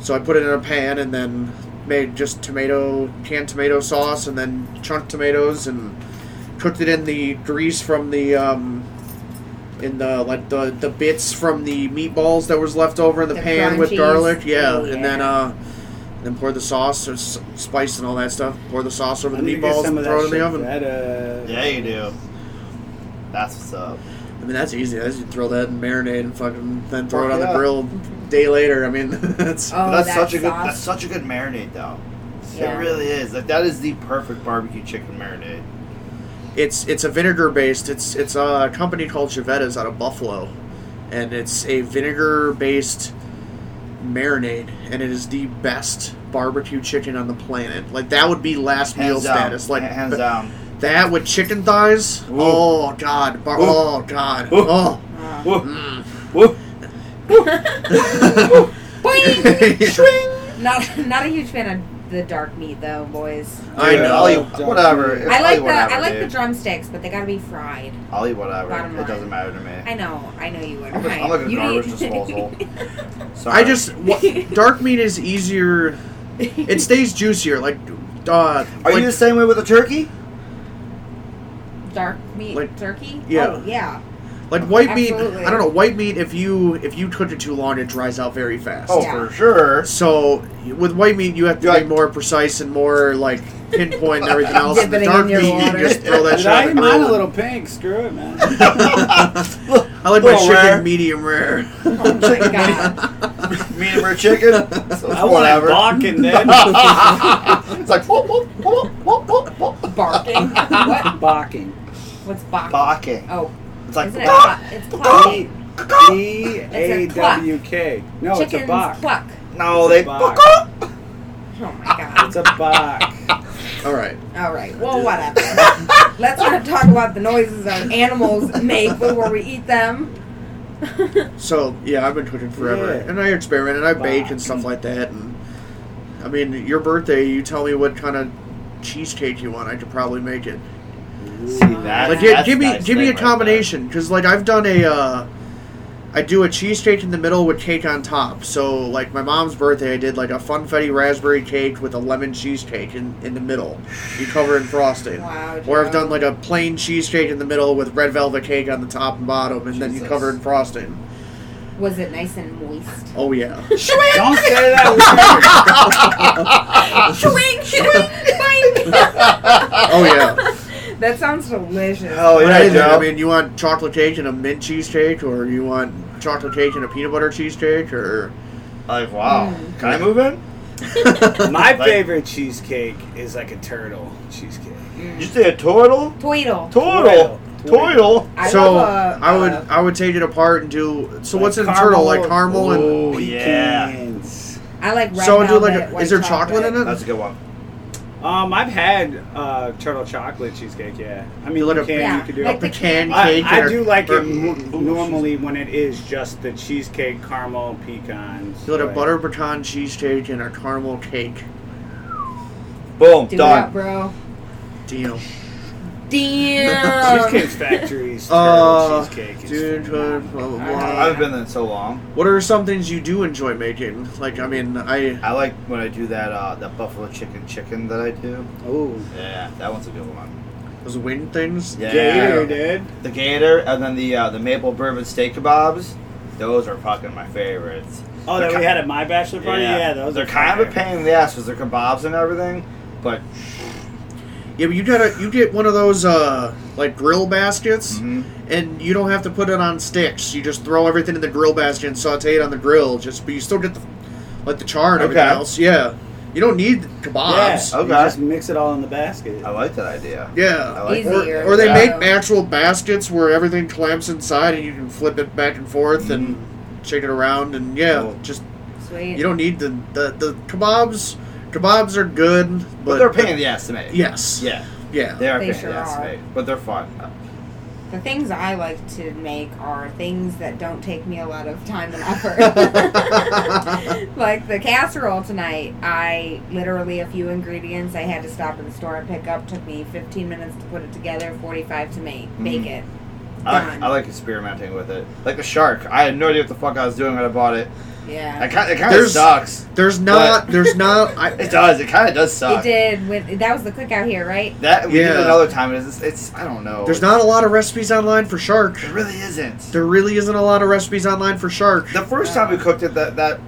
so I put it in a pan and then made just tomato canned tomato sauce and then chunked tomatoes and cooked it in the grease from the um in the like the the bits from the meatballs that was left over in the,
The
pan with
crunchies.
garlic yeah,
Oh,
and
yeah.
then uh and then pour the sauce or s- spice and all that stuff pour the sauce over
I need
the
to get
meatballs
some
and
of
throw it in the
shit
oven
feta.
Yeah, you do. That's what's up.
Oh,
I mean that's easy that's you throw that in marinade and fucking then throw it
Fuck
on
yeah.
the grill day later I mean that's
oh,
that's
that
such a good.
sauce.
That's such a good marinade, though.
Yeah.
It really is. Like that is the perfect barbecue chicken marinade.
it's it's a vinegar based. It's it's a company called Chevetta's out of Buffalo, and it's a vinegar based marinade, and it is the best barbecue chicken on the planet. Like that would be last meal
Hands down.
status. Like
Ha- hands
th-
down.
that with chicken thighs.
Ooh.
Oh god. Bar-
Ooh.
oh god.
Ooh.
Oh.
Uh,
Woo, Mm.
Mm.
woo.
boing! Not not a huge fan of the dark meat though, boys.
I
Dude, I'll
know.
eat whatever. It's-
I
I'll
like
eat
the
whatever,
I like the
dude.
drumsticks, but they gotta be fried.
I'll eat whatever.
Bottom
It
line.
doesn't matter to me.
I know, I know you would.
I'm,
right?
I'm like a
you
garbage
need-
disposal. Sorry.
I just what, dark meat is easier. It stays juicier. Like, uh,
Are
like-
you the same way with a turkey?
dark meat
Like-
turkey.
yeah.
oh, yeah.
Like white meat,
Absolutely.
I don't know. White meat, if you if you cook it too long, it dries out very fast.
Oh,
Yeah.
for sure.
So with white meat, you have to
You're
be
like-
more precise and more like pinpoint and everything else. And the
Dipping it
dark
in your
meat, you
water.
just throw that
Dude,
shit.
I
on
eat
the
mine a
grill.
little pink. Screw it, man.
I like my
little
chicken
rare.
medium rare.
Oh my god.
Meat and rare chicken. So
I
it's
want
whatever.
to balk and then
it's like whoop, whoop, whoop, whoop, whoop, whoop.
Barking. what?
Barking.
What's Bach?
Bocking.
Oh,
It's like
isn't it? Bach? It's plucking.
B A
It's a cluck.
W K. No, it's a
Chickens
bock.
cluck.
no,
It's
they
a bock.
Oh my god.
It's a bock.
All right.
All right. Well, whatever. Let's not talk about the noises our animals make before we eat them.
So yeah, I've been cooking forever,
Yeah.
and I experiment, and I bake
Wow.
and stuff like that. And I mean, your birthday, you tell me what kind of cheesecake you want. I could probably make it.
See that?
Like, yeah, give me give me a combination, because like I've done a, uh, I do a cheesecake in the middle with cake on top. So like my mom's birthday, I did like a funfetti raspberry cake with a lemon cheesecake in in the middle, you cover in frosting.
Wow.
Or I've
Joe.
done like a plain cheesecake in the middle with red velvet cake on the top and bottom, and then you
Jesus.
cover in frosting.
Was it nice and moist?
Oh yeah.
Don't say that word.
Swing, swing,
Oh yeah.
That sounds delicious.
Oh
But
yeah,
anything,
Joe.
I mean, you want chocolate cake and a mint cheesecake, or you want chocolate cake and a peanut butter cheesecake, or
like wow.
Mm.
Can I move in?
My
Like-
favorite cheesecake is like a turtle cheesecake.
Mm.
You say a turtle?
Twiddle.
Turtle. Turtle.
I
so.
love a,
I would
uh,
I would take it apart and do. So
Like
what's in the
caramel
turtle? Like
or-
caramel and.
Oh yeah,
Pecans.
I like red
So I do
velvet.
like. A,
white
is there chocolate in it?
that's a good one.
Um, I've had uh, turtle chocolate cheesecake. Yeah, I mean,
You like
you
a-
can
Yeah.
you could do
A
Like
it.
the
pecan
I,
cake.
I
or-
do like
or-
it mo- normally when it is just the cheesecake, caramel, pecans.
You like a
but-
butter pecan cheesecake and a caramel cake.
Boom,
Do it up,
done.
bro.
Deal.
Damn.
Cheesecake Factory's turtle
Uh,
cheesecake is
dude, uh,
phenomenal.
blah, blah,
I-
I
blah.
haven't been there in so long.
What are some things you do enjoy making? Like, I mean, I.
I like when I do that uh, that buffalo chicken chicken that I do.
Oh,
Yeah, that one's a good one.
Those wing things?
Yeah,
gator, dude.
the gator, and then the uh, the maple bourbon steak kebabs. Those are fucking my favorites.
Oh,
They're
that we
ki-
had at my bachelor
Oh,
party. Yeah, those
they're
are
kind of a
fire.
pain in the ass because they're kebabs and everything. But
Yeah, but you gotta you get one of those uh like grill baskets,
Mhm.
and you don't have to put it on sticks. You just throw everything in the grill basket and saute it on the grill. Just but you still get the like the char and everything
Okay.
else. Yeah, you don't need kebabs.
Yeah,
Okay.
you just mix it all in the basket.
I like that idea. I
Yeah.
like
Easy.
that.
Or,
Easier.
or they
Yeah.
make actual baskets where everything clamps inside and you can flip it back and forth and shake it around and yeah,
Mm-hmm. Cool.
just
Sweet.
you don't need the the, the kebabs. Kebabs are good, but,
But they're a pain in the ass to make.
Yes.
Yeah,
Yeah.
they are a
They
pain in
sure
the ass
are.
to make. But they're fun.
The things I like to make are things that don't take me a lot of time and effort. like the casserole tonight, I literally a few ingredients I had to stop at the store and pick up. Took me 15 minutes to put it together, 45 to make.
Mm.
Bake it.
I like,
Done.
I like experimenting with it. Like the shark. I had no idea what the fuck I was doing when I bought it.
Yeah.
It kind, it kind of
There's-
sucks.
There's not. There's not. I,
It does. It kind of does suck.
It did. With that was the cook out here, right?
That we did
Yeah.
another time. It's, it's, it's I don't know.
There's not a lot of recipes online for shark.
It really isn't.
There really isn't a lot of recipes online for shark.
the first time we cooked it, that that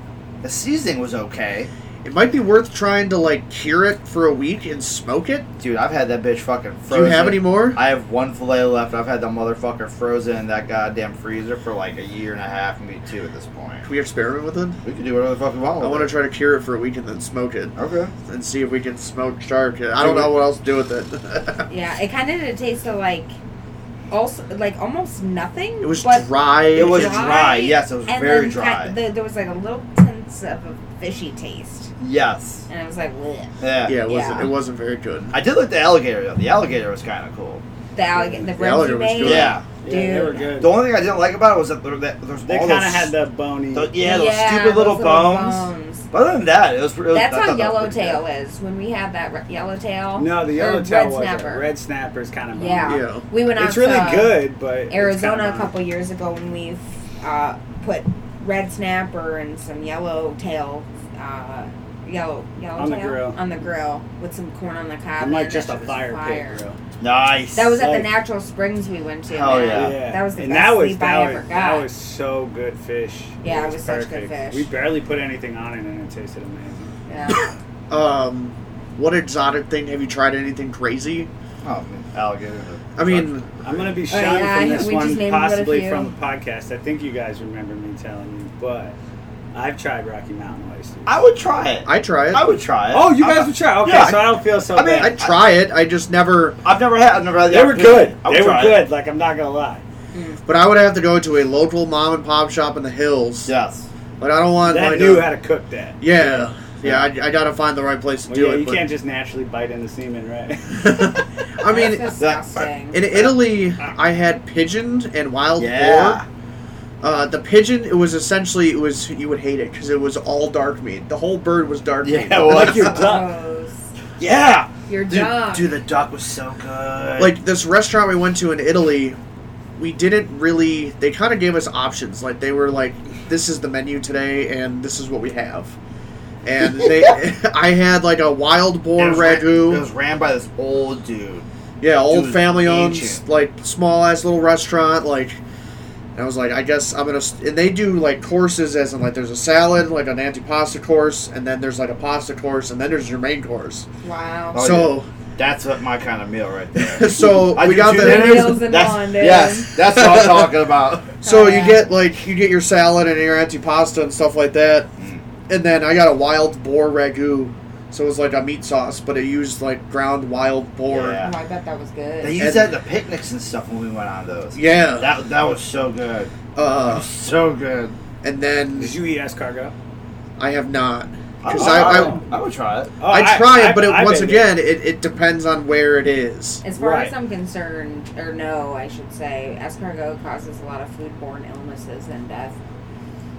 the seasoning was okay.
It might be worth trying to like cure it for a week and smoke it.
Dude, I've had that bitch fucking
Do
frozen.
you have any more?
I have one fillet left. I've had that motherfucker frozen in that goddamn freezer for like a year and a half, maybe two at this point.
Can we experiment with it?
We can do whatever the fuck we want.
I want to try to cure it for a week and then smoke it
try. Okay.
and see if we can smoke shark. I don't know what else to do with it.
Yeah. It kind of did taste of like, also like almost nothing.
it was
but
dry.
It was
Dry?
dry. Yes, it was
and
very
then
dry.
ki- the- there was like a little tints of a fishy taste,
yes.
and I was like, Bleh.
Yeah.
Yeah, it wasn't.
Yeah.
It wasn't very good.
I did like the alligator though. The alligator was kind of cool.
the alligator, the,
The
ribs
alligator
you
was
made.
good.
Yeah.
Yeah, they were
Dude.
good.
The only thing I didn't like about it was that there, that there's
they
all
kind of
those-
had the bony.
the- yeah, those
Yeah,
stupid little,
those
bones. But other than that, it was. It was
That's
I
how
thought that was pretty
yellowtail
good.
is. When we had that re- yellowtail.
no, the
or
yellowtail
red
was
snapper.
Red snapper's kind of
Yeah.
Yeah.
We went out
It's really
to
good, but
Arizona
it's
a couple years ago when we uh, put red snapper and some yellowtail, uh, yellow yellowtail
the grill.
on the grill with some corn on the cob.
I'm like
and
just
that
a
shit was
fire,
fire.
pit, bro.
Nice.
That was at the
Like-
Natural Springs we went to.
Hell
man.
Yeah.
That was the
and
best
that was,
sleep
that
I
was,
ever
That
got.
was so good fish.
Yeah, it was such good fish.
We barely put anything on it, and it tasted amazing.
Yeah.
Um, what exotic thing have you tried? Anything crazy?
Oh, alligator.
I mean,
I'm gonna be
Oh,
shunned
yeah,
from this
we just
one,
named but a
possibly
few.
from the podcast. I think you guys remember me telling you, but I've tried Rocky Mountain oysters.
I would try it. I,
I try it.
would try it.
oh, you guys
I-
would try. Okay,
yeah,
so I don't feel so
I mean,
bad.
I try it. I just never.
I've never had. I've never had. the
they were
opportunity.
good.
I would
They were
try it.
good. Like I'm not gonna lie.
But I would have to go to a local mom and pop shop in the hills.
Yes.
But I don't want.
That
like,
knew
a-
how to cook that.
Yeah. Yeah. I, I gotta find the right place to
Well,
do
yeah,
it.
you
but-
can't just naturally bite in the semen, right?
I mean,
That's disgusting.
in Italy, I had pigeon and wild
Yeah.
boar. Uh, the pigeon, it was essentially it was you would hate it because it was all dark meat. The whole bird was dark
Yeah,
meat.
it was.
like your duck.
Gross.
Yeah.
Your
Dude,
dog.
dude, the duck was so good.
like this restaurant we went to in Italy, we didn't really. They kind of gave us options. Like they were like, "This is the menu today, and this is what we have." And they, I had like a wild
It
boar
was ran-
ragu.
It was ran by this old dude.
yeah, old
was
family owned,
ancient.
like small ass little restaurant. Like, and I was like, I guess I'm gonna. st- And they do like courses, as in like there's a salad, like an antipasta course, and then there's like a pasta course, and then there's your main course.
wow.
Oh,
so.
That's what my kind of meal right there.
So
I
we
do
got
two
the
dinners.
Meals in
That's-
one, dude.
yes, that's what I'm talking about.
So
Oh,
you
yeah.
get like you get your salad and your antipasta and stuff like that,
Mm.
and then I got a wild boar ragu, so it was like a meat sauce, but it used like ground wild boar.
Yeah.
Oh, I bet that was good.
They used that at the picnics and stuff when we went on those.
Yeah.
That that was so good.
Uh,
So good.
and then
Did you eat escargot?
I have not because
I,
I,
I, I would try it.
Oh,
I, I try it, but it,
I
once
bet
again it, it depends on where it is.
As far as
Right.
I'm concerned, or no, I should say, escargot causes a lot of foodborne illnesses and death.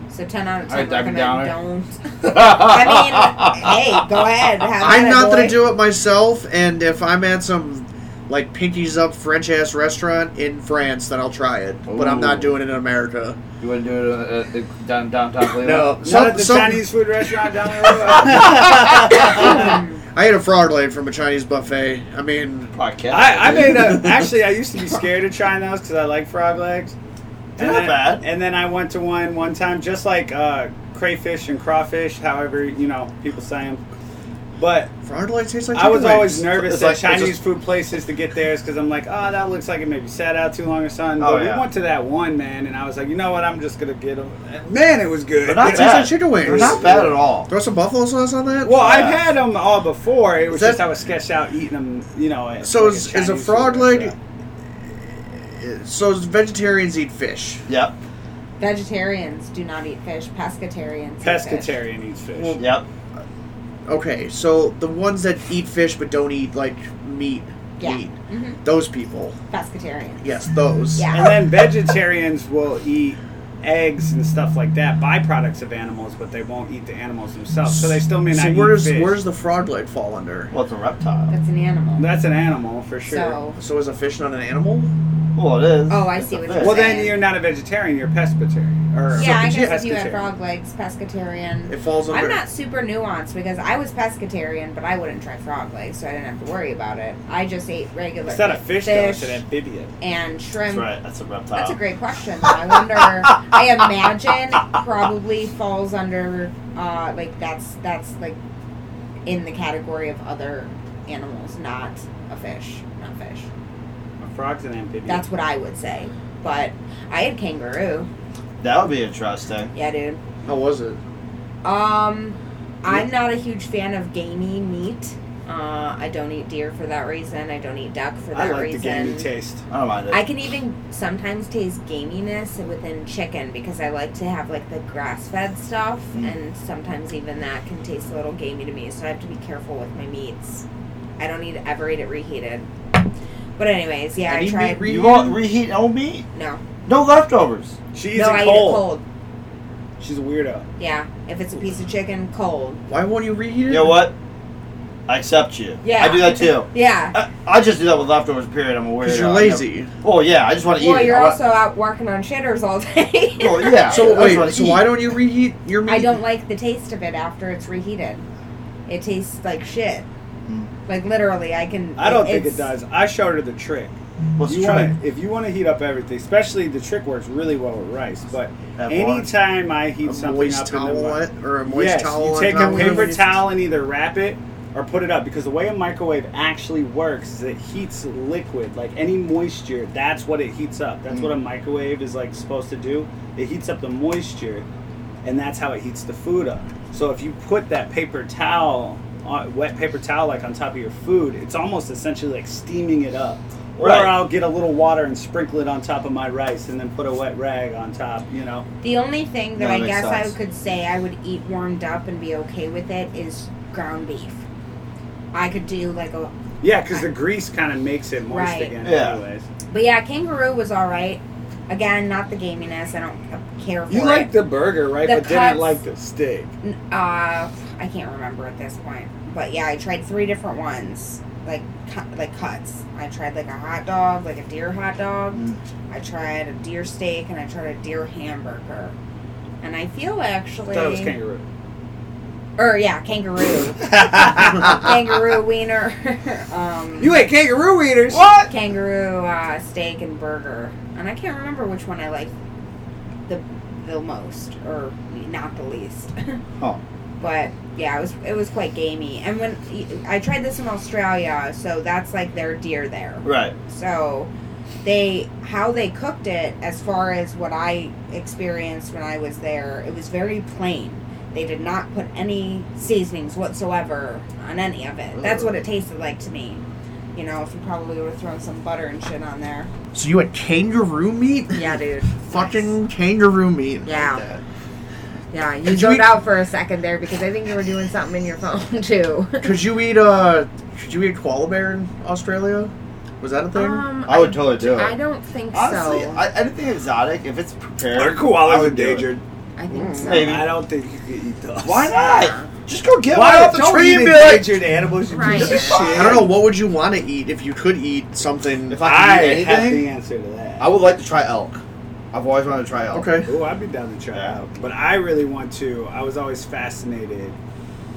So 10 out of
All
10
right, Debbie
recommend
Downer.
don't. I mean, hey, go ahead. Have
I'm
at it,
not
boy.
gonna do it myself, and if I'm at some like pinkies up French ass restaurant in France, then I'll try it. But I'm not
Ooh.
doing it in America.
You wouldn't do it uh, uh, down downtown Cleveland.
No.
Not
Some-
at the
some-
Chinese food restaurant down the road.
I ate a frog leg from a Chinese buffet. I mean,
podcast.
I, I made
dude.
a. Actually, I used to be scared of trying those because I like frog legs.
They're not
then,
bad.
And then I went to one one time, just like uh, crayfish and crawfish, however you know people say them. But
frog leg tastes like.
I was
chicken
always
wings.
nervous
It's
at
like- it's
Chinese
just-
food places to get theirs because I'm like, oh, that looks like it maybe sat out too long or something.
Oh,
But
yeah.
we went to that one man, and I was like, you know what? I'm just gonna get them. Man, it was good.
They're not
It tastes
bad.
like chicken wings.
They're not bad at all.
Throw some buffalo sauce on that.
Well, I've
Yeah.
had them all before. It
Is
was
that-
just I was sketched out eating them. You know. at,
so
like,
is, is a
Chinese
frog
food
leg?
restaurant.
So is vegetarians eat fish.
Yep.
Vegetarians do not eat fish. Pescatarians. eat fish.
Pescatarian eats fish.
Well,
Yep.
Okay, so the ones that eat fish but don't eat like meat,
Yeah.
meat,
Mhm.
those people.
Pescatarians.
Yes, those.
Yeah.
And then vegetarians will eat eggs and stuff like that, byproducts of animals, but they won't eat the animals themselves. Oh, So they still may not
So
eat
where's
fish.
where's the frog leg fall under?
Well, it's a reptile.
That's an animal.
That's an animal for sure.
So,
So is a fish not an animal?
Well, it is.
Oh, I
It's
see
a
what
fish.
you're
well, then
saying.
you're not a vegetarian. You're a pescatarian. Or
yeah, I guess if you
pescatarian.
had frog legs, pescatarian.
It falls under.
I'm not super nuanced because I was pescatarian, but I wouldn't try frog legs, so I didn't have to worry about it. I just ate regular.
It's not a fish, though. It's an
fish
amphibian.
and
That's
shrimp.
right. That's a reptile.
That's a great question. though. I wonder. I imagine it probably falls under uh, like that's that's like in the category of other animals, not a fish, not fish.
A frog's an amphibian.
That's what I would say. But I had kangaroo.
That would be interesting.
Yeah, dude.
How was it?
Um, I'm not a huge fan of gamey meat. Uh, I don't eat deer for that reason. I don't eat duck for
I
that
like the gamey
reason.
taste.
I don't mind it.
I can even sometimes taste gaminess within chicken because I like to have like the grass fed stuff,
Mm.
and sometimes even that can taste a little gamey to me. So I have to be careful with my meats. I don't need ever eat it reheated. But anyways, yeah,
Any
I
meat
tried.
re-
you won't reheat no meat?
no,
No leftovers.
She's
no, I
a
eat it
cold.
cold.
She's a weirdo.
Yeah, if it's a piece of chicken, cold.
Why won't you reheat it?
You know what? I accept you.
Yeah.
I do that too.
Yeah.
I, I just do that with leftovers, period. I'm aware.
Because you're lazy.
Well, yeah, I just want to
Well,
eat
you're
it. I
also out working on shitters all day.
want, well, yeah. I
So
just wanna
wait, so
eat.
why don't you reheat your meat?
I don't like the taste of it after it's reheated. It tastes like shit.
Mm.
Like literally, I can.
Hmm. I don't think it
it's-
does. I showed her the trick.
Let's
you
try
wanna- if you want to heat up everything, especially the trick works really well with rice. But
Have
anytime I heat
a
something
moist
up
towel
in the
on it or a moist
yes,
towel.
you
on
take
top
a
of it?
paper
it.
towel and either wrap it or put it up because the way a microwave actually works is it heats liquid, like any moisture.
Hmm.
That's what it heats up. That's what a microwave is like supposed to do. It heats up the moisture, and that's how it heats the food up. So if you put that paper towel, on, wet paper towel, like on top of your food, it's almost essentially like steaming it up. Or
Right.
I'll get a little water and sprinkle it on top of my rice, and then put a wet rag on top. You know,
The only thing that
No,
I
that
guess
sucks.
I could say I would eat warmed up and be okay with it is ground beef. I could do like a,
yeah, because the grease kind of makes it moist
Right.
again.
Yeah.
Anyways,
but yeah, kangaroo was all right. Again, not the gaminess. I don't care for
you
it.
like the burger, right?
The
but
cuts-
didn't like the steak.
N- Uh, I can't remember at this point, but yeah, I tried three different ones, like cu- like cuts. I tried like a hot dog, like a deer hot dog.
Mm.
I tried a deer steak, and I tried a deer hamburger. And I feel actually,
I thought it was kangaroo.
or yeah, kangaroo, kangaroo wiener, um,
You ate kangaroo wieners.
what?
kangaroo uh, steak and burger. And I can't remember which one I liked the the most, or not the least.
Oh.
But yeah, it was it was quite gamey. And when I tried this in Australia, so that's like their deer there.
Right.
So they how they cooked it as far as what I experienced when I was there, it was very plain. They did not put any seasonings whatsoever on any of it. That's what it tasted like to me. You know, if you probably would have thrown some butter and shit on there.
So you had kangaroo meat?
Yeah, dude.
Fucking kangaroo meat.
Yeah, yeah. You
Did you
zoned
eat-
out for a second there because I think you were doing something in your phone too.
Could you eat uh could you eat koala bear in Australia? Was that a thing?
Um,
I would totally do it.
I don't think
Honestly,
so. I,
I, anything exotic, if it's prepared.
Are
I
koalas
would do it.
endangered?
think so.
Maybe.
I don't think you could eat those.
Why
Yeah.
not? Just go get
Why
one off the
don't
tree
eat
and be like,
endangered animals? You
Right.
piece of shit.
I don't know what would you want to eat if you could eat something.
If I-
I
Can you eat
have
anything?
the answer to that.
I would like to try elk. I've always wanted to try elk.
okay.
Oh, I'd be down to try
Yeah.
out. But I really want to. I was always fascinated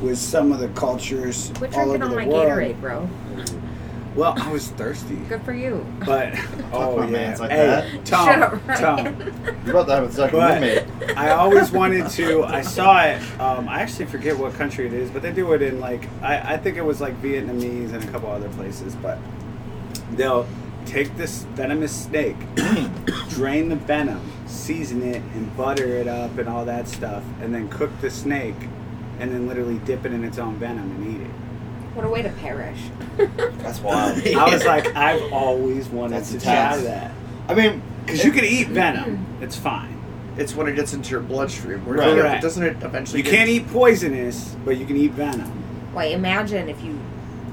with some of the cultures
Quit
all
drinking
over
all
the
my
world.
Gatorade, bro.
Well, I was thirsty.
Good for you.
But oh
my
yeah,
man's like
hey,
that.
Tom,
Shut up, Ryan.
Tom.
You about to have a second
But-
roommate.
I always wanted to. I saw it. Um, I actually forget what country it is, but they do it in like I, I think it was like Vietnamese and a couple other places. But they'll take this venomous snake, drain the venom, season it, and butter it up and all that stuff, and then cook the snake, and then literally dip it in its own venom and eat it.
What a way to perish.
That's wild.
I was like, I've always wanted
That's
to
intense.
try that
I mean,
because you can eat venom. It's fine.
It's when it gets into your bloodstream. Where
Right.
Correct.
Doesn't it eventually
You
get-
can't eat poisonous, but you can eat venom.
Like, imagine if you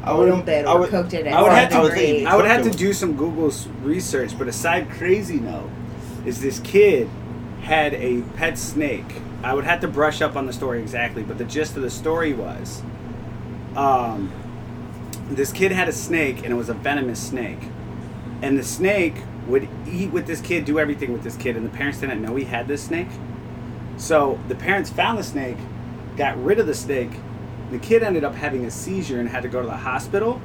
I
boiled it
would. I
or
would.
cooked it at
I would
some
have to- I
would think-
degree.
I would have to
Cooked it
do some Google s- research, but a side crazy note is this kid had a pet snake. I would have to brush up on the story exactly, but the gist of the story was um, this kid had a snake, and it was a venomous snake. And the snake would eat with this kid, do everything with this kid, and the parents didn't know he had this snake. So the parents found the snake, got rid of the snake. The kid ended up having a seizure and had to go to the hospital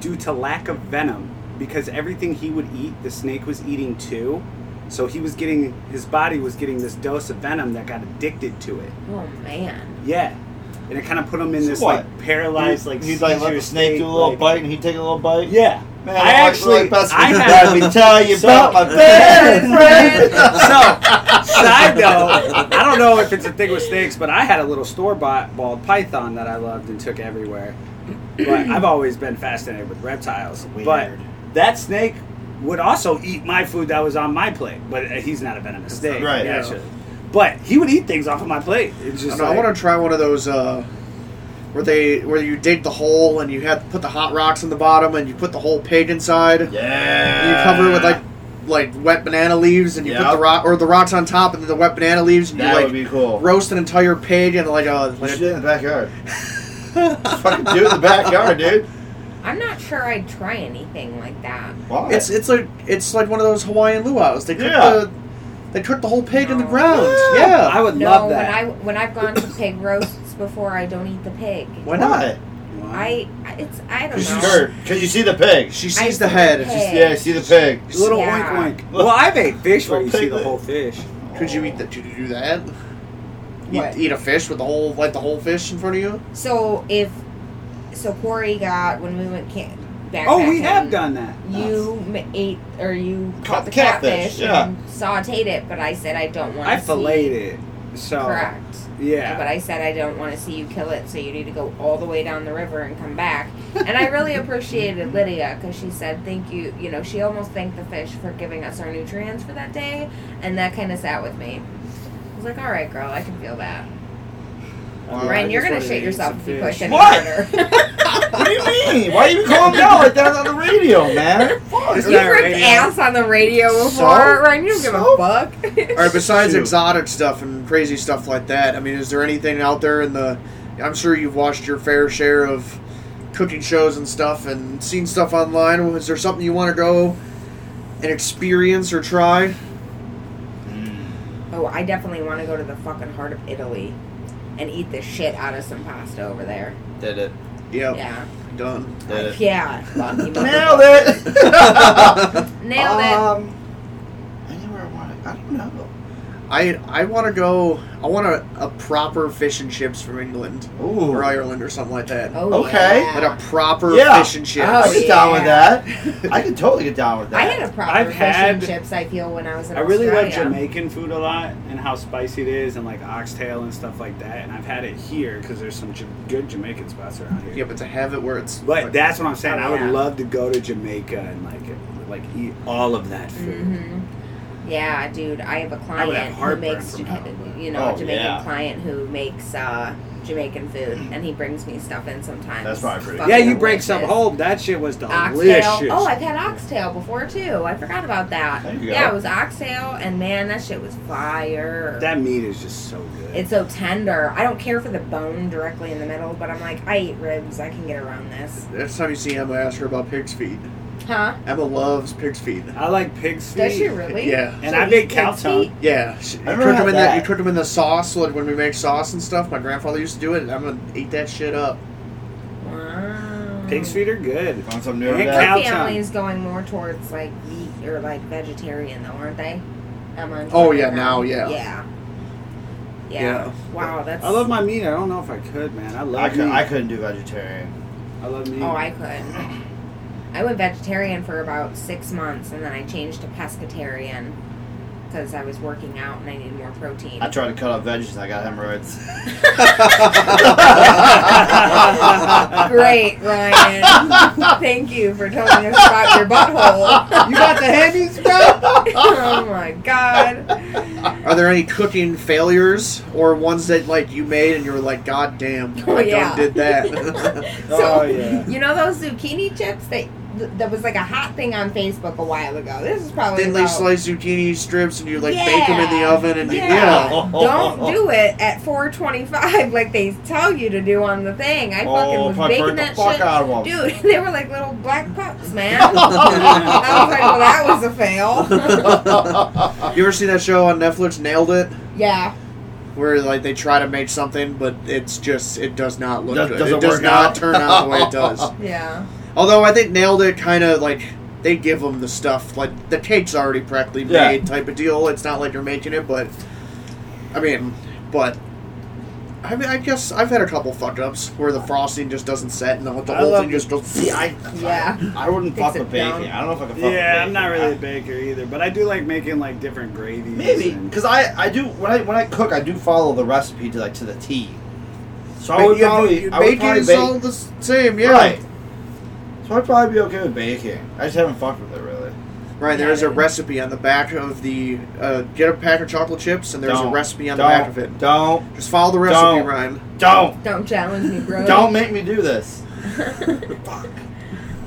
due to lack of venom because everything he would eat, the snake was eating too. So he was getting, his body was getting this dose of venom that got addicted to it.
Oh, man.
Yeah. And it kind of put him in
So
this
what?
like paralyzed, like
he'd like let
seizure
the snake
state,
do a little
like-
bite, and he'd take a little bite.
Yeah.
Man,
I actually,
best
I
let me
have.
tell you
So-
about my best friend.
so, side note, I don't know if it's a thing with snakes, but I had a little store bought bald python that I loved and took everywhere. But I've always been fascinated with reptiles. But
Weird.
that snake would also eat my food that was on my plate. But uh, he's not a venomous snake,
Right.
Actually. But he would eat things off of my plate. It's
I,
just
don't know, I
like-
want to try one of those uh, where they where you dig the hole and you have put the hot rocks in the bottom and you put the whole pig inside. And you
Yeah.
cover it with like like wet banana leaves and you put
Yep.
the rock or the rocks on top and then the wet banana leaves and
That
you
would
like
be cool.
roast an entire pig and like a
You
like a,
should do it in the backyard. Just fucking do it in the backyard, dude.
I'm not sure I'd try anything like that.
Why?
it's it's like it's like one of those Hawaiian luau's. They cook
Yeah.
the they cook the whole pig in the
No.
ground.
Yeah.
Yeah.
I would
no,
love that.
when I when I've gone to pig roasts before, I don't eat the pig.
Why not?
I it's I don't
Because you,
know.
sure, 'cause you see the pig.
She
I
sees the
see the
head.
pig.
Yeah, you see the pig.
Little
Yeah.
oink oink. Well, I've ate fish where you see the whole fish.
Could you eat that? Could you do that?
What?
Eat, eat a fish with the whole like the whole fish in front of you?
So if so, Corey got when we went ca- back.
Oh, we have done that.
You ma- ate or you
Caught
caught
the
the
catfish,
catfish, and sautéed it, but I said I don't want.
I filleted it. So
Correct.
yeah,
But I said I don't want to see you kill it, so you need to go all the way down the river and come back. And I really appreciated Lydia because she said thank you. You know, she almost thanked the fish for giving us our nutrients for that day, and that kind of sat with me. I was like, all right, girl, I can feel that.
Well,
Ryan,
I
you're
just
gonna
wanted
shit
eat
yourself
some
if you
fish.
push any
What?
harder.
What do you mean? Why are you even calling me out like that on the radio, man? Fuck.
It's
You've
not
ripped
radio.
ass on the radio before,
So?
Ryan. You don't
So?
give a fuck.
All right. Besides
Shoot.
exotic stuff and crazy stuff like that, I mean, is there anything out there in the? I'm sure you've watched your fair share of cooking shows and stuff, and seen stuff online. Was there something you want to go and experience or try?
Mm,
Oh, I definitely want to go to the fucking heart of Italy and eat the shit out of some pasta over there.
Did it.
Oh.
Yep.
Yeah.
Done.
Did it.
Yeah. Lucky
Nailed
motherfucker.
it.
Nailed it.
Um, anywhere I want to, I don't know.
I I want to go. I want a, a proper fish and chips from England
Ooh.
or Ireland or something like that.
oh,
okay. uh,
Yeah.
Like a proper
Yeah. Ah,
fish and chips.
I
Oh,
can get down with
yeah.
that. I can totally get down with that.
I had a proper
I've
fish
had-
and chips. I feel when I was in
I really
Australia.
like Jamaican food a lot and how spicy it is and like oxtail and stuff like that. And I've had it here because there's some Ja- good Jamaican spots around here.
Yeah, but to have it where it's
But
like,
that's what I'm saying.
Oh,
I would
yeah.
love to go to Jamaica and like like eat all of that food.
Mm-hmm. Yeah, dude. I have a
I would
client
have
who
heartburn
makes
from
Jama-
that, but-
you know
Oh,
a Jamaican
yeah.
client who makes uh, Jamaican food, and he brings me stuff in sometimes.
That's probably pretty
Yeah,
Fucking
you break some
delicious.
hope. That shit was delicious.
Oxtail. Oh, I've had oxtail before too. I forgot about that.
There you go.
Yeah, it was oxtail, and man, that shit was fire.
that meat is just so good.
it's so tender. I don't care for the bone directly in the middle, but I'm like, I eat ribs. I can get around this.
Next time you see Emma, ask her about pig's feet.
Huh?
Emma loves pig's feet.
I like pig's feet.
Does she really?
Yeah,
And
So
I
you
make
pig's
cow tongue.
feet?
yeah. She, you cook
remember
them in
that.
the, You cook them in the sauce like when we make sauce and stuff. My grandfather used to do it, and I'm gonna eat that shit up.
Wow.
Pig's feet are good.
Want something new
Hey,
with
Her
that?
cow tongue.
family is going more towards like meat or like vegetarian though, aren't they? Am I
Oh, yeah, now, yeah.
Yeah. Yeah.
Yeah.
Wow, that's.
I love my meat. I don't know if I could, man. I love
I, could,
meat.
I couldn't do vegetarian.
I love meat.
Oh, I could. I went vegetarian for about six months, and then I changed to pescatarian because I was working out and I needed more protein.
I tried to cut off veggies. I got hemorrhoids.
Great, Ryan. Thank you for telling us about your butthole.
You got the heavies, bro.
oh my god.
Are there any cooking failures or ones that like you made and you were like, God damn,
Oh,
I
yeah.
done did that?
So,
oh yeah.
you know those zucchini chips that that was like a hot thing on Facebook a while ago. This is probably
Thinly
about-
sliced zucchini strips and you like bake them in the oven and
Yeah.
yeah.
Don't do it at 425 like they tell you to do on the thing. I fucking
Oh,
was
fuck,
baking
burnt the
that
fuck
shit.
out of 'em.
Dude, they were like little black pups, man. I was like, well, that was a fail.
You ever seen that show on Netflix, Nailed It?
yeah.
where like they try to make something, but it's just it does not look
Does-
good.
doesn't
It does
work
not
out.
turn out the way it does.
Yeah.
Although I think nailed it, kind of like they give them the stuff like the cake's already practically
Yeah.
made type of deal. It's not like you're making it, but I mean, but. I mean, I guess I've had a couple fuck ups where the frosting just doesn't set and the, the
I
whole
love
thing just goes.
See, I,
Yeah.
I, wouldn't
Fix
fuck
it
with
down.
baking. I don't know if I could fuck with
Yeah, I'm
baking.
not really a
I-
baker either, but I do like making like different gravies.
Maybe
and-
because I, I do when I when I cook I do follow the recipe to like to the T. So I
But
would
yeah,
probably I would
baking
probably
is
bake.
all the s- same, yeah.
Right. So I'd probably be okay with baking. I just haven't fucked with it really.
Right, there is a recipe on the back of the. Uh, get a pack of chocolate chips, and there's a
Don't.
recipe on
Don't.
the back of it.
Don't
Just follow the recipe,
Don't.
Ryan.
don't
Don't challenge me, bro.
don't make me do this. Fuck.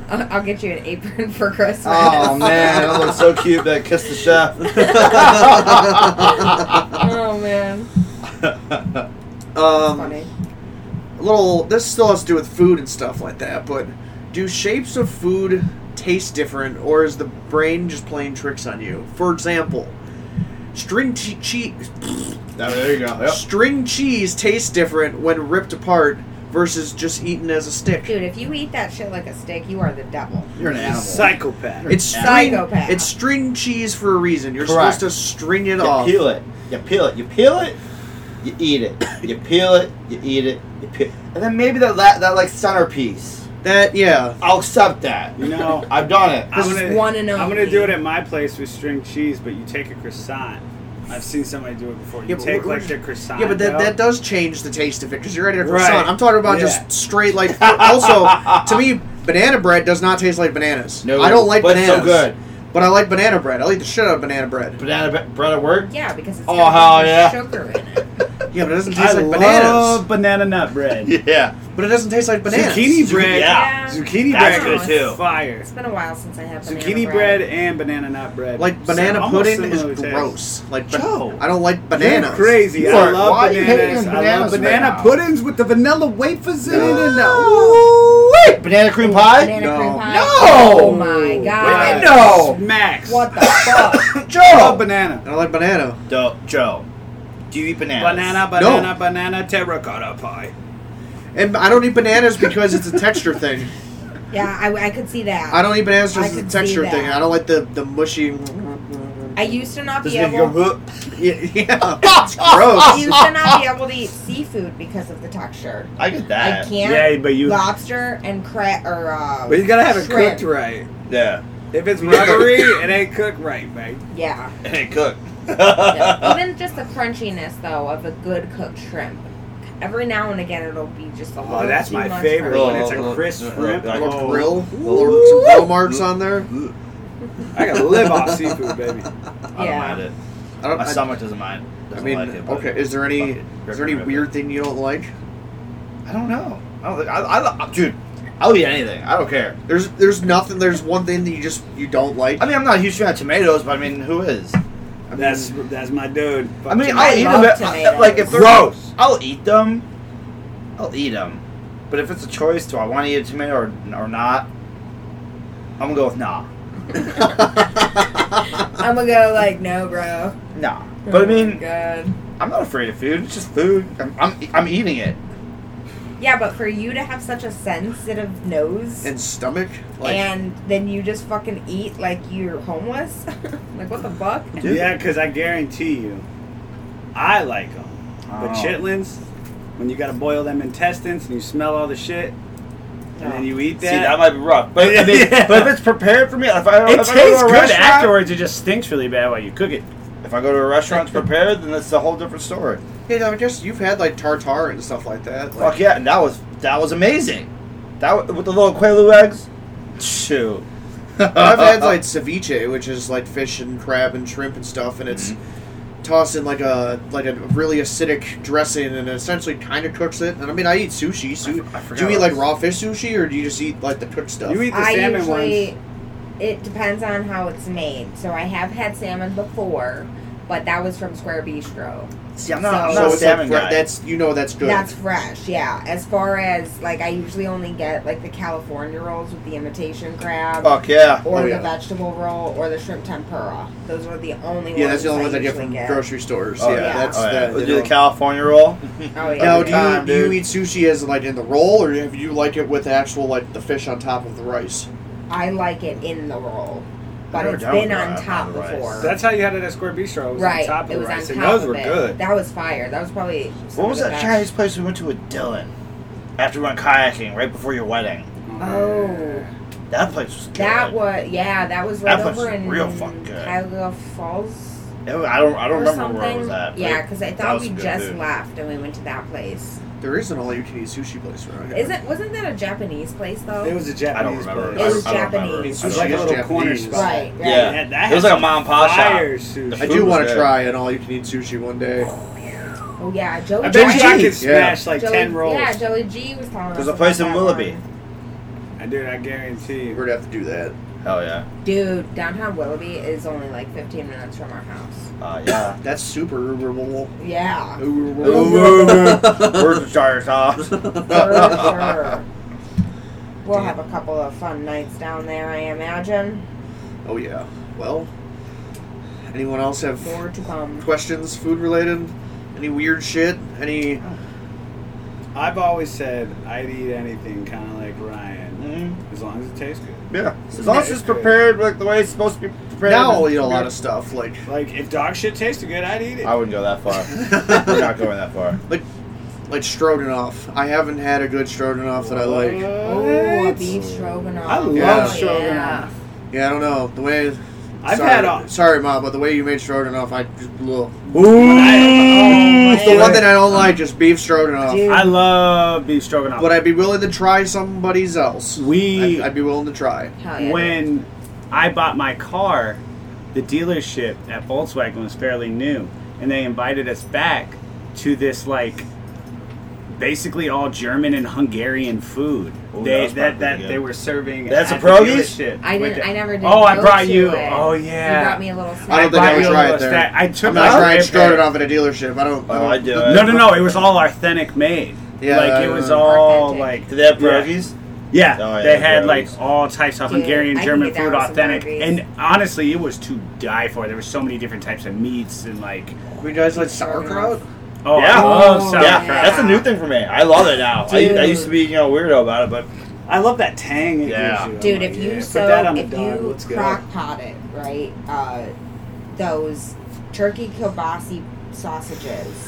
I'll, I'll get you an apron for Christmas.
Oh man, that looks so cute. That kiss the chef.
Oh, man.
Um,
Funny.
a little. This still has to do with food and stuff like that. But do shapes of food taste different, or is the brain just playing tricks on you? For example, string che- cheese.
Now, there you go. Yep.
String cheese tastes different when ripped apart versus just eaten as a stick.
Dude, if you eat that shit like a steak, you are the devil.
You're an animal.
Psychopath.
It's string.
Psychopath.
It's string cheese for a reason. You're
Correct.
supposed to string it
You
off.
peel it. You peel it. You peel it. You eat it. You peel it. You eat it. You peel. And then maybe that la- that like centerpiece.
That yeah.
I'll accept that.
You know,
I've done it.
I'm
is
gonna,
one and
I'm
only.
gonna do it at my place with string cheese, but you take a croissant I've seen somebody do it before. You
Yeah, but
take
we're-
like the croissant.
Yeah, but that,
out.
that does change the taste of it because you're ready for
Right.
croissant. I'm talking about
Yeah.
just straight like. Also, to me, banana bread does not taste like bananas.
No,
I don't like
but it's
bananas.
so good.
But I like banana bread. I like the shit out of banana bread.
Banana bre- bread at work.
Yeah, because it's
Oh,
got
hell yeah.
sugar in it.
Yeah, but it doesn't
I
taste like bananas.
love banana nut bread.
Yeah.
But it doesn't taste like bananas.
Zucchini bread.
Yeah.
Zucchini
That's
bread
good,
is
too.
fire.
It's been a while since I had banana
Zucchini bread and banana nut bread.
Like banana
Almost
pudding is
similar taste.
gross. Like ba-
Joe.
I don't like
You're
bananas.
crazy.
You
I
are-
love
why are you hating
bananas.
on
I love
bananas right
banana
now?
puddings with the vanilla wafers in it. And the,
No. Wait, banana cream pie.
Banana
No.
cream pie.
No!
Oh my
Wait a
god.
minute. No.
Max.
What the fuck?
I
Joe.
love banana.
I don't like banana.
Do- Joe. Do you eat bananas?
Banana, banana, banana terracotta pie.
And I don't eat bananas because it's a texture thing.
Yeah, I, I could see that.
I don't eat bananas
I
because
can
it's
see
a texture
that.
thing. I don't like the the mushy.
I used to not
Does
be
it make you
able.
go? "Huh?"
Yeah, yeah. it's gross.
I used to not be able to eat seafood because of the texture.
I get
I
that.
can't.
Yeah, but you-
lobster and crab or uh,
But you gotta have it
shrimp.
cooked right.
Yeah.
If it's rubbery, it ain't cooked right, mate.
Yeah.
Hey, cook.
Yeah. Even just the crunchiness though of a good cooked shrimp. Every now and again, it'll be just a little.
Oh, that's
too
my
much
favorite
for
one.
me.
It's a crisp shrimp.
little
Oh.
grill, little, some
Ooh.
grill marks on there.
I gotta live off seafood, baby.
I don't
Yeah.
mind it.
I don't.
My
I,
stomach doesn't mind.
I
Doesn't
mean,
like it, but
okay. Is there any
fuck it.
is there any
Rip it, rip
weird thing you don't like?
it. I don't know. I don't. think- I, I, I, dude, I'll eat anything. I don't care.
There's there's nothing. There's one thing that you just you don't like.
I mean, I'm not a huge fan of tomatoes, but I mean, who is?
I
That's
mean,
that's my dude.
I mean,
I
I'll eat
love
them. I- I- Like if they're
Gross.
I'll eat them. I'll eat them. But if it's a choice, do I want to eat a tomato or, or not? I'm gonna go with nah,
I'm gonna go like no, bro.
nah. But I
Oh my
mean,
God.
I'm not afraid of food. It's just food. I'm, I'm, I'm eating it.
Yeah, but for you to have such a sensitive nose
and stomach. Like
and then you just fucking eat like you're homeless? like what the fuck?
Dude.
Yeah, because I guarantee you, I like them. But
Oh.
chitlins, when you gotta boil them intestines and you smell all the shit, and
Oh.
then you eat
See,
that.
that might be rough. But, I mean,
Yeah.
but if it's prepared for me, if I,
it
if
tastes
I go to a
good
restaurant,
afterwards. It just stinks really bad while you cook it.
If I go to a restaurant that's prepared, then that's a whole different story.
you know, I guess you've had like tartar and stuff like that. Like,
Fuck yeah, and that was that was amazing. That wa- with the little Quaalude eggs, shoot. Uh,
I've had like ceviche, which is like fish and crab and shrimp and stuff, and it's
Mm-hmm.
tossed in like a like a really acidic dressing, and it essentially kind of cooks it. And I mean, I eat sushi.
I
So
f- I forgot
do you eat
about
like
this.
raw fish sushi, or do you just eat like the cooked stuff?
You eat the
I
salmon
usually
ones.
it depends on how it's made. So I have had salmon before, but that was from Square Bistro.
See, I'm not, I'm
So
not
it's
a
like
salmon
fre-
guy.
that's you know that's good.
That's fresh, yeah. As far as like I usually only get like the California rolls with the imitation crab.
Fuck yeah.
Or
Oh,
the
yeah.
vegetable roll, or the shrimp tempura. Those are the only ones.
yeah, that's the only
I
ones I get
usually
from grocery stores.
Oh,
yeah,
yeah.
that's
Oh, yeah.
the.
We'll
you
do the
know.
California roll.
Oh yeah.
Now,
every
do
time,
you, do you
dude.
eat sushi as like in the roll, or have you like it with actual like the fish on top of the rice?
I like it in the roll, but
never
it's
done
been
with
on
that,
top
otherwise.
before.
That's how you had it at Square Bistro. It was
right.
on top of
it
the
was
rice,
on
and
top
those
of
were
it.
good.
That was fire. That was probably. some
what
of
was
the
that
best.
Chinese place we went to with Dylan after we went kayaking right before your wedding?
Oh,
That place was good.
that was yeah. That was right
That place
over
was
in
real fucking good.
Cuyahoga Falls.
It was- I don't I don't
or
remember
something.
where it was at.
Yeah, because I
that
thought
was
we
some good
just
food.
left and we went to that place.
There is an all-you-can-eat sushi place around here.
Is it wasn't that a Japanese place though?
It was a
I don't
Japanese
remember.
place.
It was
I don't remember.
Japanese.
It was like a little
Japanese.
corner spot.
right. Right.
Yeah.
Yeah, that
It was
had
like a mom and pop shop.
fire sushi.
I
Food
do
was
want to
good.
try an all-you-can-eat sushi one day.
Oh yeah, Joey.
I bet you I
Joey
could
G, yeah.
smash like
Joey,
ten rolls.
Yeah, Joey G was telling us.
There's a
about
place in
that
Willoughby.
one.
I Dude, I guarantee
We're
you.
gonna have to do that.
Hell yeah.
Dude, downtown Willoughby is only like 15 minutes from our house.
Uh, yeah.
That's super Uberable.
Yeah.
Uberable.
We're the tire tops.
For sure. We'll have a couple of fun nights down there, I imagine.
Oh yeah. Well, anyone else have
More to come.
questions food related? Any weird shit? Any?
I've always said I'd eat anything, kind of like Ryan, as long as it tastes good.
Yeah.
As long as it's prepared like the way it's supposed to be prepared.
Now I'll
it's
eat a lot
prepared.
of stuff. Like,
Like if dog shit tasted good, I'd eat it.
I wouldn't go that far. We're not going that far.
like, like Stroganoff. I haven't had a good Stroganoff that I like.
Oh, a
What?
beef stroganoff.
I love
Yeah.
Oh,
stroganoff.
Yeah, I don't know the way.
I've
sorry,
had all.
Sorry, mom, but the way you made Stroganoff, I just blew.
I-
It's the one thing I don't like, just beef Stroganoff.
Dude.
I love beef stroganoff.
But I'd be willing to try somebody's else.
we
I'd, I'd be willing to try.
Hell yeah, dude.
when I bought my car, the dealership at Volkswagen was fairly new, and they invited us back to this like basically all German and Hungarian food.
Ooh, that
they
was
that,
probably
that
good.
they were serving.
That's
at
a
the
produce?
dealership.
I
With
didn't.
the-
I never. Did
Oh, I
go
brought
to
you.
It.
Oh
You
yeah.
brought me a little snack.
I don't think
bought
I would
you a
try it
little
there.
snack. I took
I'm not
my
trying
grandpa-
Stroganoff at a dealership. I don't.
Oh, I do.
No, no, no. It was all authentic made.
Yeah,
like it
uh,
was all
Authentic.
like
Do they have
Yeah.
pierogies?
Yeah,
Oh, yeah,
they had like
gross.
all types of
Dude,
Hungarian,
I can
German
get down
food,
with some
authentic,
Hungarians.
and honestly, it was to die for. There were so many different types of meats and like,
We guys like sauerkraut?
oh,
Yeah.
I love
Oh,
sauerkraut.
yeah,
yeah.
that's a new thing for me. I love it now. I, I
Dude.
used to be, you know, weirdo about it, but
I love that tang. It
Yeah.
gives you. I'm
Dude,
like,
if
yeah,
you
put
so
that on the
if
dog,
you
let's go.
crock potted right, uh, those turkey kielbasi sausages,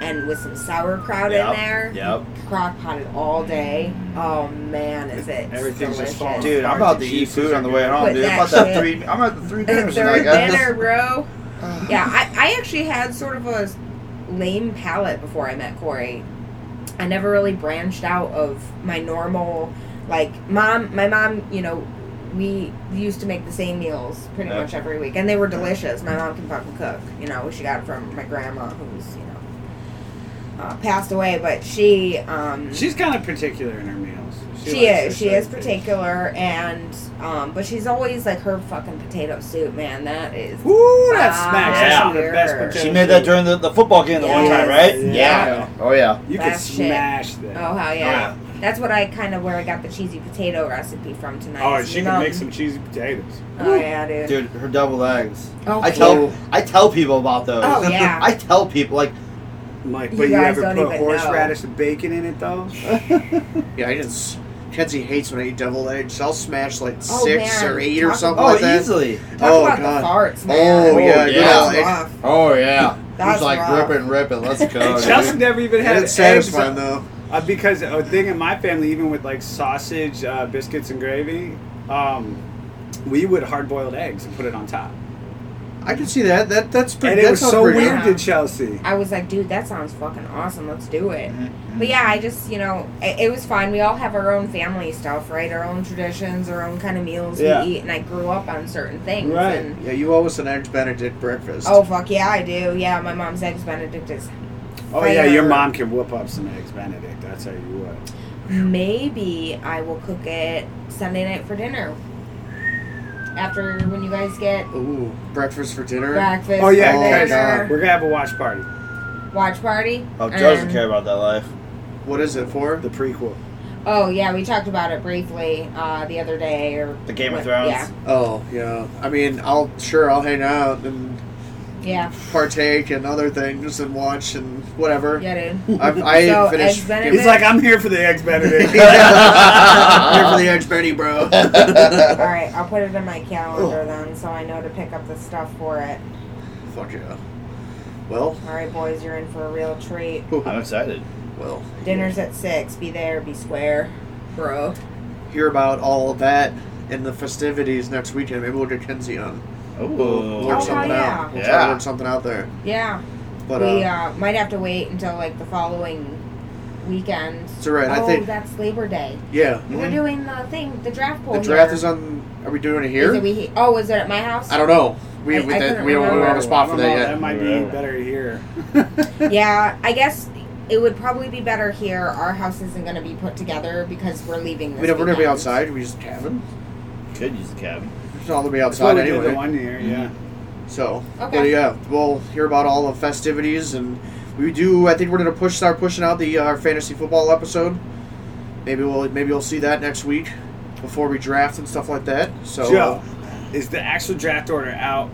and with some sauerkraut
Yep,
in there,
yep.
crock potted all day. Oh man, is it
Everything's just
delicious.
falling.
dude, I'm about to eat food on the way home,
Put
dude. I'm about
that
that
shit-
three. I'm at the three
The
dinners tonight,
third
guys.
dinner, bro. Yeah, I, I actually had sort of a lame palate before I met Corey. I never really branched out of my normal, like mom. My mom, you know, we used to make the same meals pretty
Yeah.
much every week, and they were delicious. My mom can fucking cook. You know, she got it from my grandma, who's you know uh, passed away, but she um,
She's kind of particular in her meals.
she
likes
is.
her
She is
certain
particular, and um, but she's always like her fucking potato soup, man. That is
things. Ooh, that smacks! That's
Yeah.
some of the best
She
potato
She made that
soup.
during the, the football game the one
Yes.
time, right?
Yeah.
Oh yeah.
You could
That shit.
smash that.
Oh hell yeah! That's what I kind of where I got the cheesy potato recipe from tonight.
Oh,
is
she
num-
can make some cheesy potatoes.
Oh yeah, dude.
Dude, her double eggs.
Oh,
I tell I tell people about those.
Oh, yeah.
I tell people like
Mike,
You
but you,
guys
ever
don't
put
even know.
horseradish and bacon in it though?
Yeah, I just. Kenzie hates when I eat deviled eggs. I'll smash like six
Oh, man.
or eight or
Talk
something
oh
like that.
easily.
Talk
oh,
about
God.
the farts, man.
Oh, yeah,
Oh,
yeah.
yeah.
like-
That's rough.
Oh yeah.
That's rough.
ripping. Let's
And
dude.
Chelsea never even had
it's
eggs
satisfying though.
Uh, because a thing in my family, even with like sausage, uh, biscuits, and gravy, um, we would hard boiled eggs and put it on top.
I can see that. That that's pretty.
And it
that
was
sounds
so
pretty
weird
good.
to Chelsea.
I was like, dude, that sounds fucking awesome. Let's do it.
Mm-hmm,
But yeah, I just you know, it, it was fun. We all have our own family stuff, right? Our own traditions, our own kind of meals
Yeah.
we eat, and I grew up on certain things.
Right.
And,
Yeah, you always an eggs Benedict breakfast.
oh fuck yeah, I do. Yeah, my mom's eggs Benedict is
Oh yeah, your
Fire.
mom can whoop up some eggs Benedict. That's how you would.
Maybe I will cook it Sunday night for dinner. After when you guys get
Ooh, breakfast for dinner.
breakfast,
Oh yeah,
Oh,
guys,
God.
we're
dinner,
gonna have a watch party,
watch party.
Uh,
Um,
Oh, Joe
and-
doesn't care about that life.
What is it for?
the prequel.
Oh yeah, we talked about it briefly uh, the other day. Or
The Game
what-
of Thrones.
Yeah,
Oh yeah. I mean, I'll sure I'll hang out and
yeah,
partake in other things and watch and whatever.
yeah, dude.
I, I
So,
finished.
Eggs Benedict-
He's like, I'm here for the eggs Benedict.
Here for the eggs, Benny, bro.
All right, I'll put it in my calendar then, so I know to pick up the stuff for it.
Fuck yeah. Well,
All right, boys, you're in for a real treat.
I'm excited.
well.
Dinner's at six. Be there, be square, bro.
Hear about all of that and the festivities next weekend. Maybe we'll get Kenzie on. We'll
Ooh.
work
Oh,
something
yeah.
out. We'll try
Yeah.
to work something out there.
Yeah.
But uh,
we uh, might have to wait until like the following weekend.
it's all right.
oh,
I think.
that's Labor Day.
Yeah.
We're
Mhm.
doing the thing, the draft pool.
The draft
here.
is on. Are we doing it
Is
here?
it we, oh, is it at my house?
I don't know. We,
I-
we,
I
that-
couldn't
we don't we don't have a spot for
I don't know,
that
That
yet.
might be
Yeah.
better here.
Yeah, I guess it would probably be better here. Our house isn't going to be put together because we're leaving. This
We don't, we're gonna be
weekend.
outside. We just cabin.
Could use the cabin.
It's all gonna be
That's why
outside
we did the
anyway.
one year, yeah.
So,
Okay.
but yeah, we'll hear about all the festivities and we do. I think we're gonna push start pushing out the uh, our fantasy football episode. Maybe we'll maybe we'll see that next week before we draft and stuff like that. So
Joe, is the actual draft order out?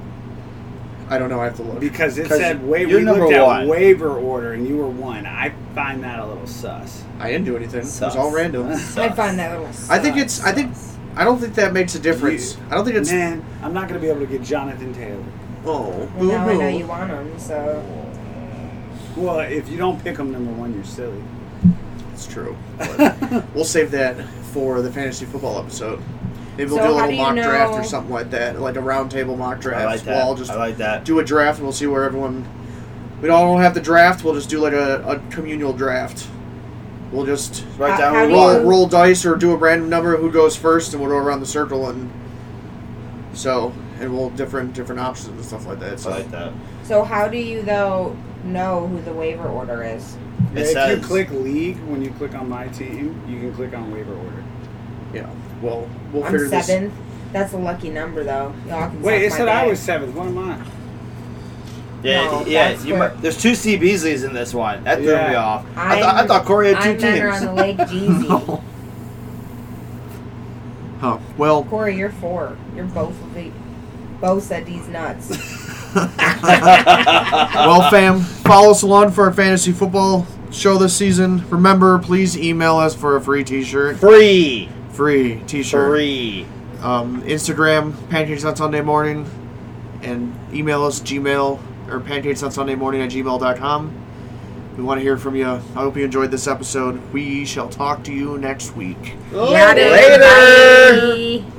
I don't know. I have to look.
Because it
'Cause
said wa-
you're
we
number
looked at
one.
waiver order and you were one. I find that a little sus.
I didn't do anything. It was
Sucks.
all random.
I find that little.
I think it's. I think. I don't think that makes a difference. I don't think it's.
Man, I'm not gonna be able to get Jonathan Taylor.
Oh,
Well,
boo
now I know
hoo.
you want them, so
Well, if you don't pick him number one, you're silly.
It's true. But we'll save that for the fantasy football episode. Maybe we'll
So
do a
how
little
do you
mock draft or
know-
something like that, like a round table mock draft.
I like
We'll
that.
all just
I like that.
do a draft and we'll see where everyone. We don't all have the draft. We'll just do like a, a communal draft. We'll just
Right
How-
down.
how
with
do
what-
roll,
you-
roll dice or do a random number of who goes first, and we'll go around the circle and so and we'll different different options and stuff like that. So
I like that.
So how do you though know who the waiver order is?
It
if
says-
you click league when you click on my team, you can click on waiver order.
yeah, we'll we'll
I'm
figure this.
seventh. That's a lucky number though. Y'all can
Wait,
suck my
it said I
dick.
was seventh. What am I?
Yeah,
No,
yeah.
that's
You
where-
might, there's two C Beasleys in this one. That threw me
Yeah.
off. I, thought I
I'm-
thought
uh,
Corey had
I'm
two
Mentor
teams.
on the Lake Jeezy.
Oh well.
Corey, you're four. You're both of the both said these nuts.
well, fam, follow us along for our fantasy football show this season. Remember, please email us for a free T-shirt,
Free.
free T-shirt.
Free.
Um, Instagram pancakes on Sunday morning, and email us Gmail or pancakes on Sunday morning at gmail.com. We want to hear from you. I hope you enjoyed this episode. We shall talk to you next week.
Yeah, dude.
Oh, Later.
Bye.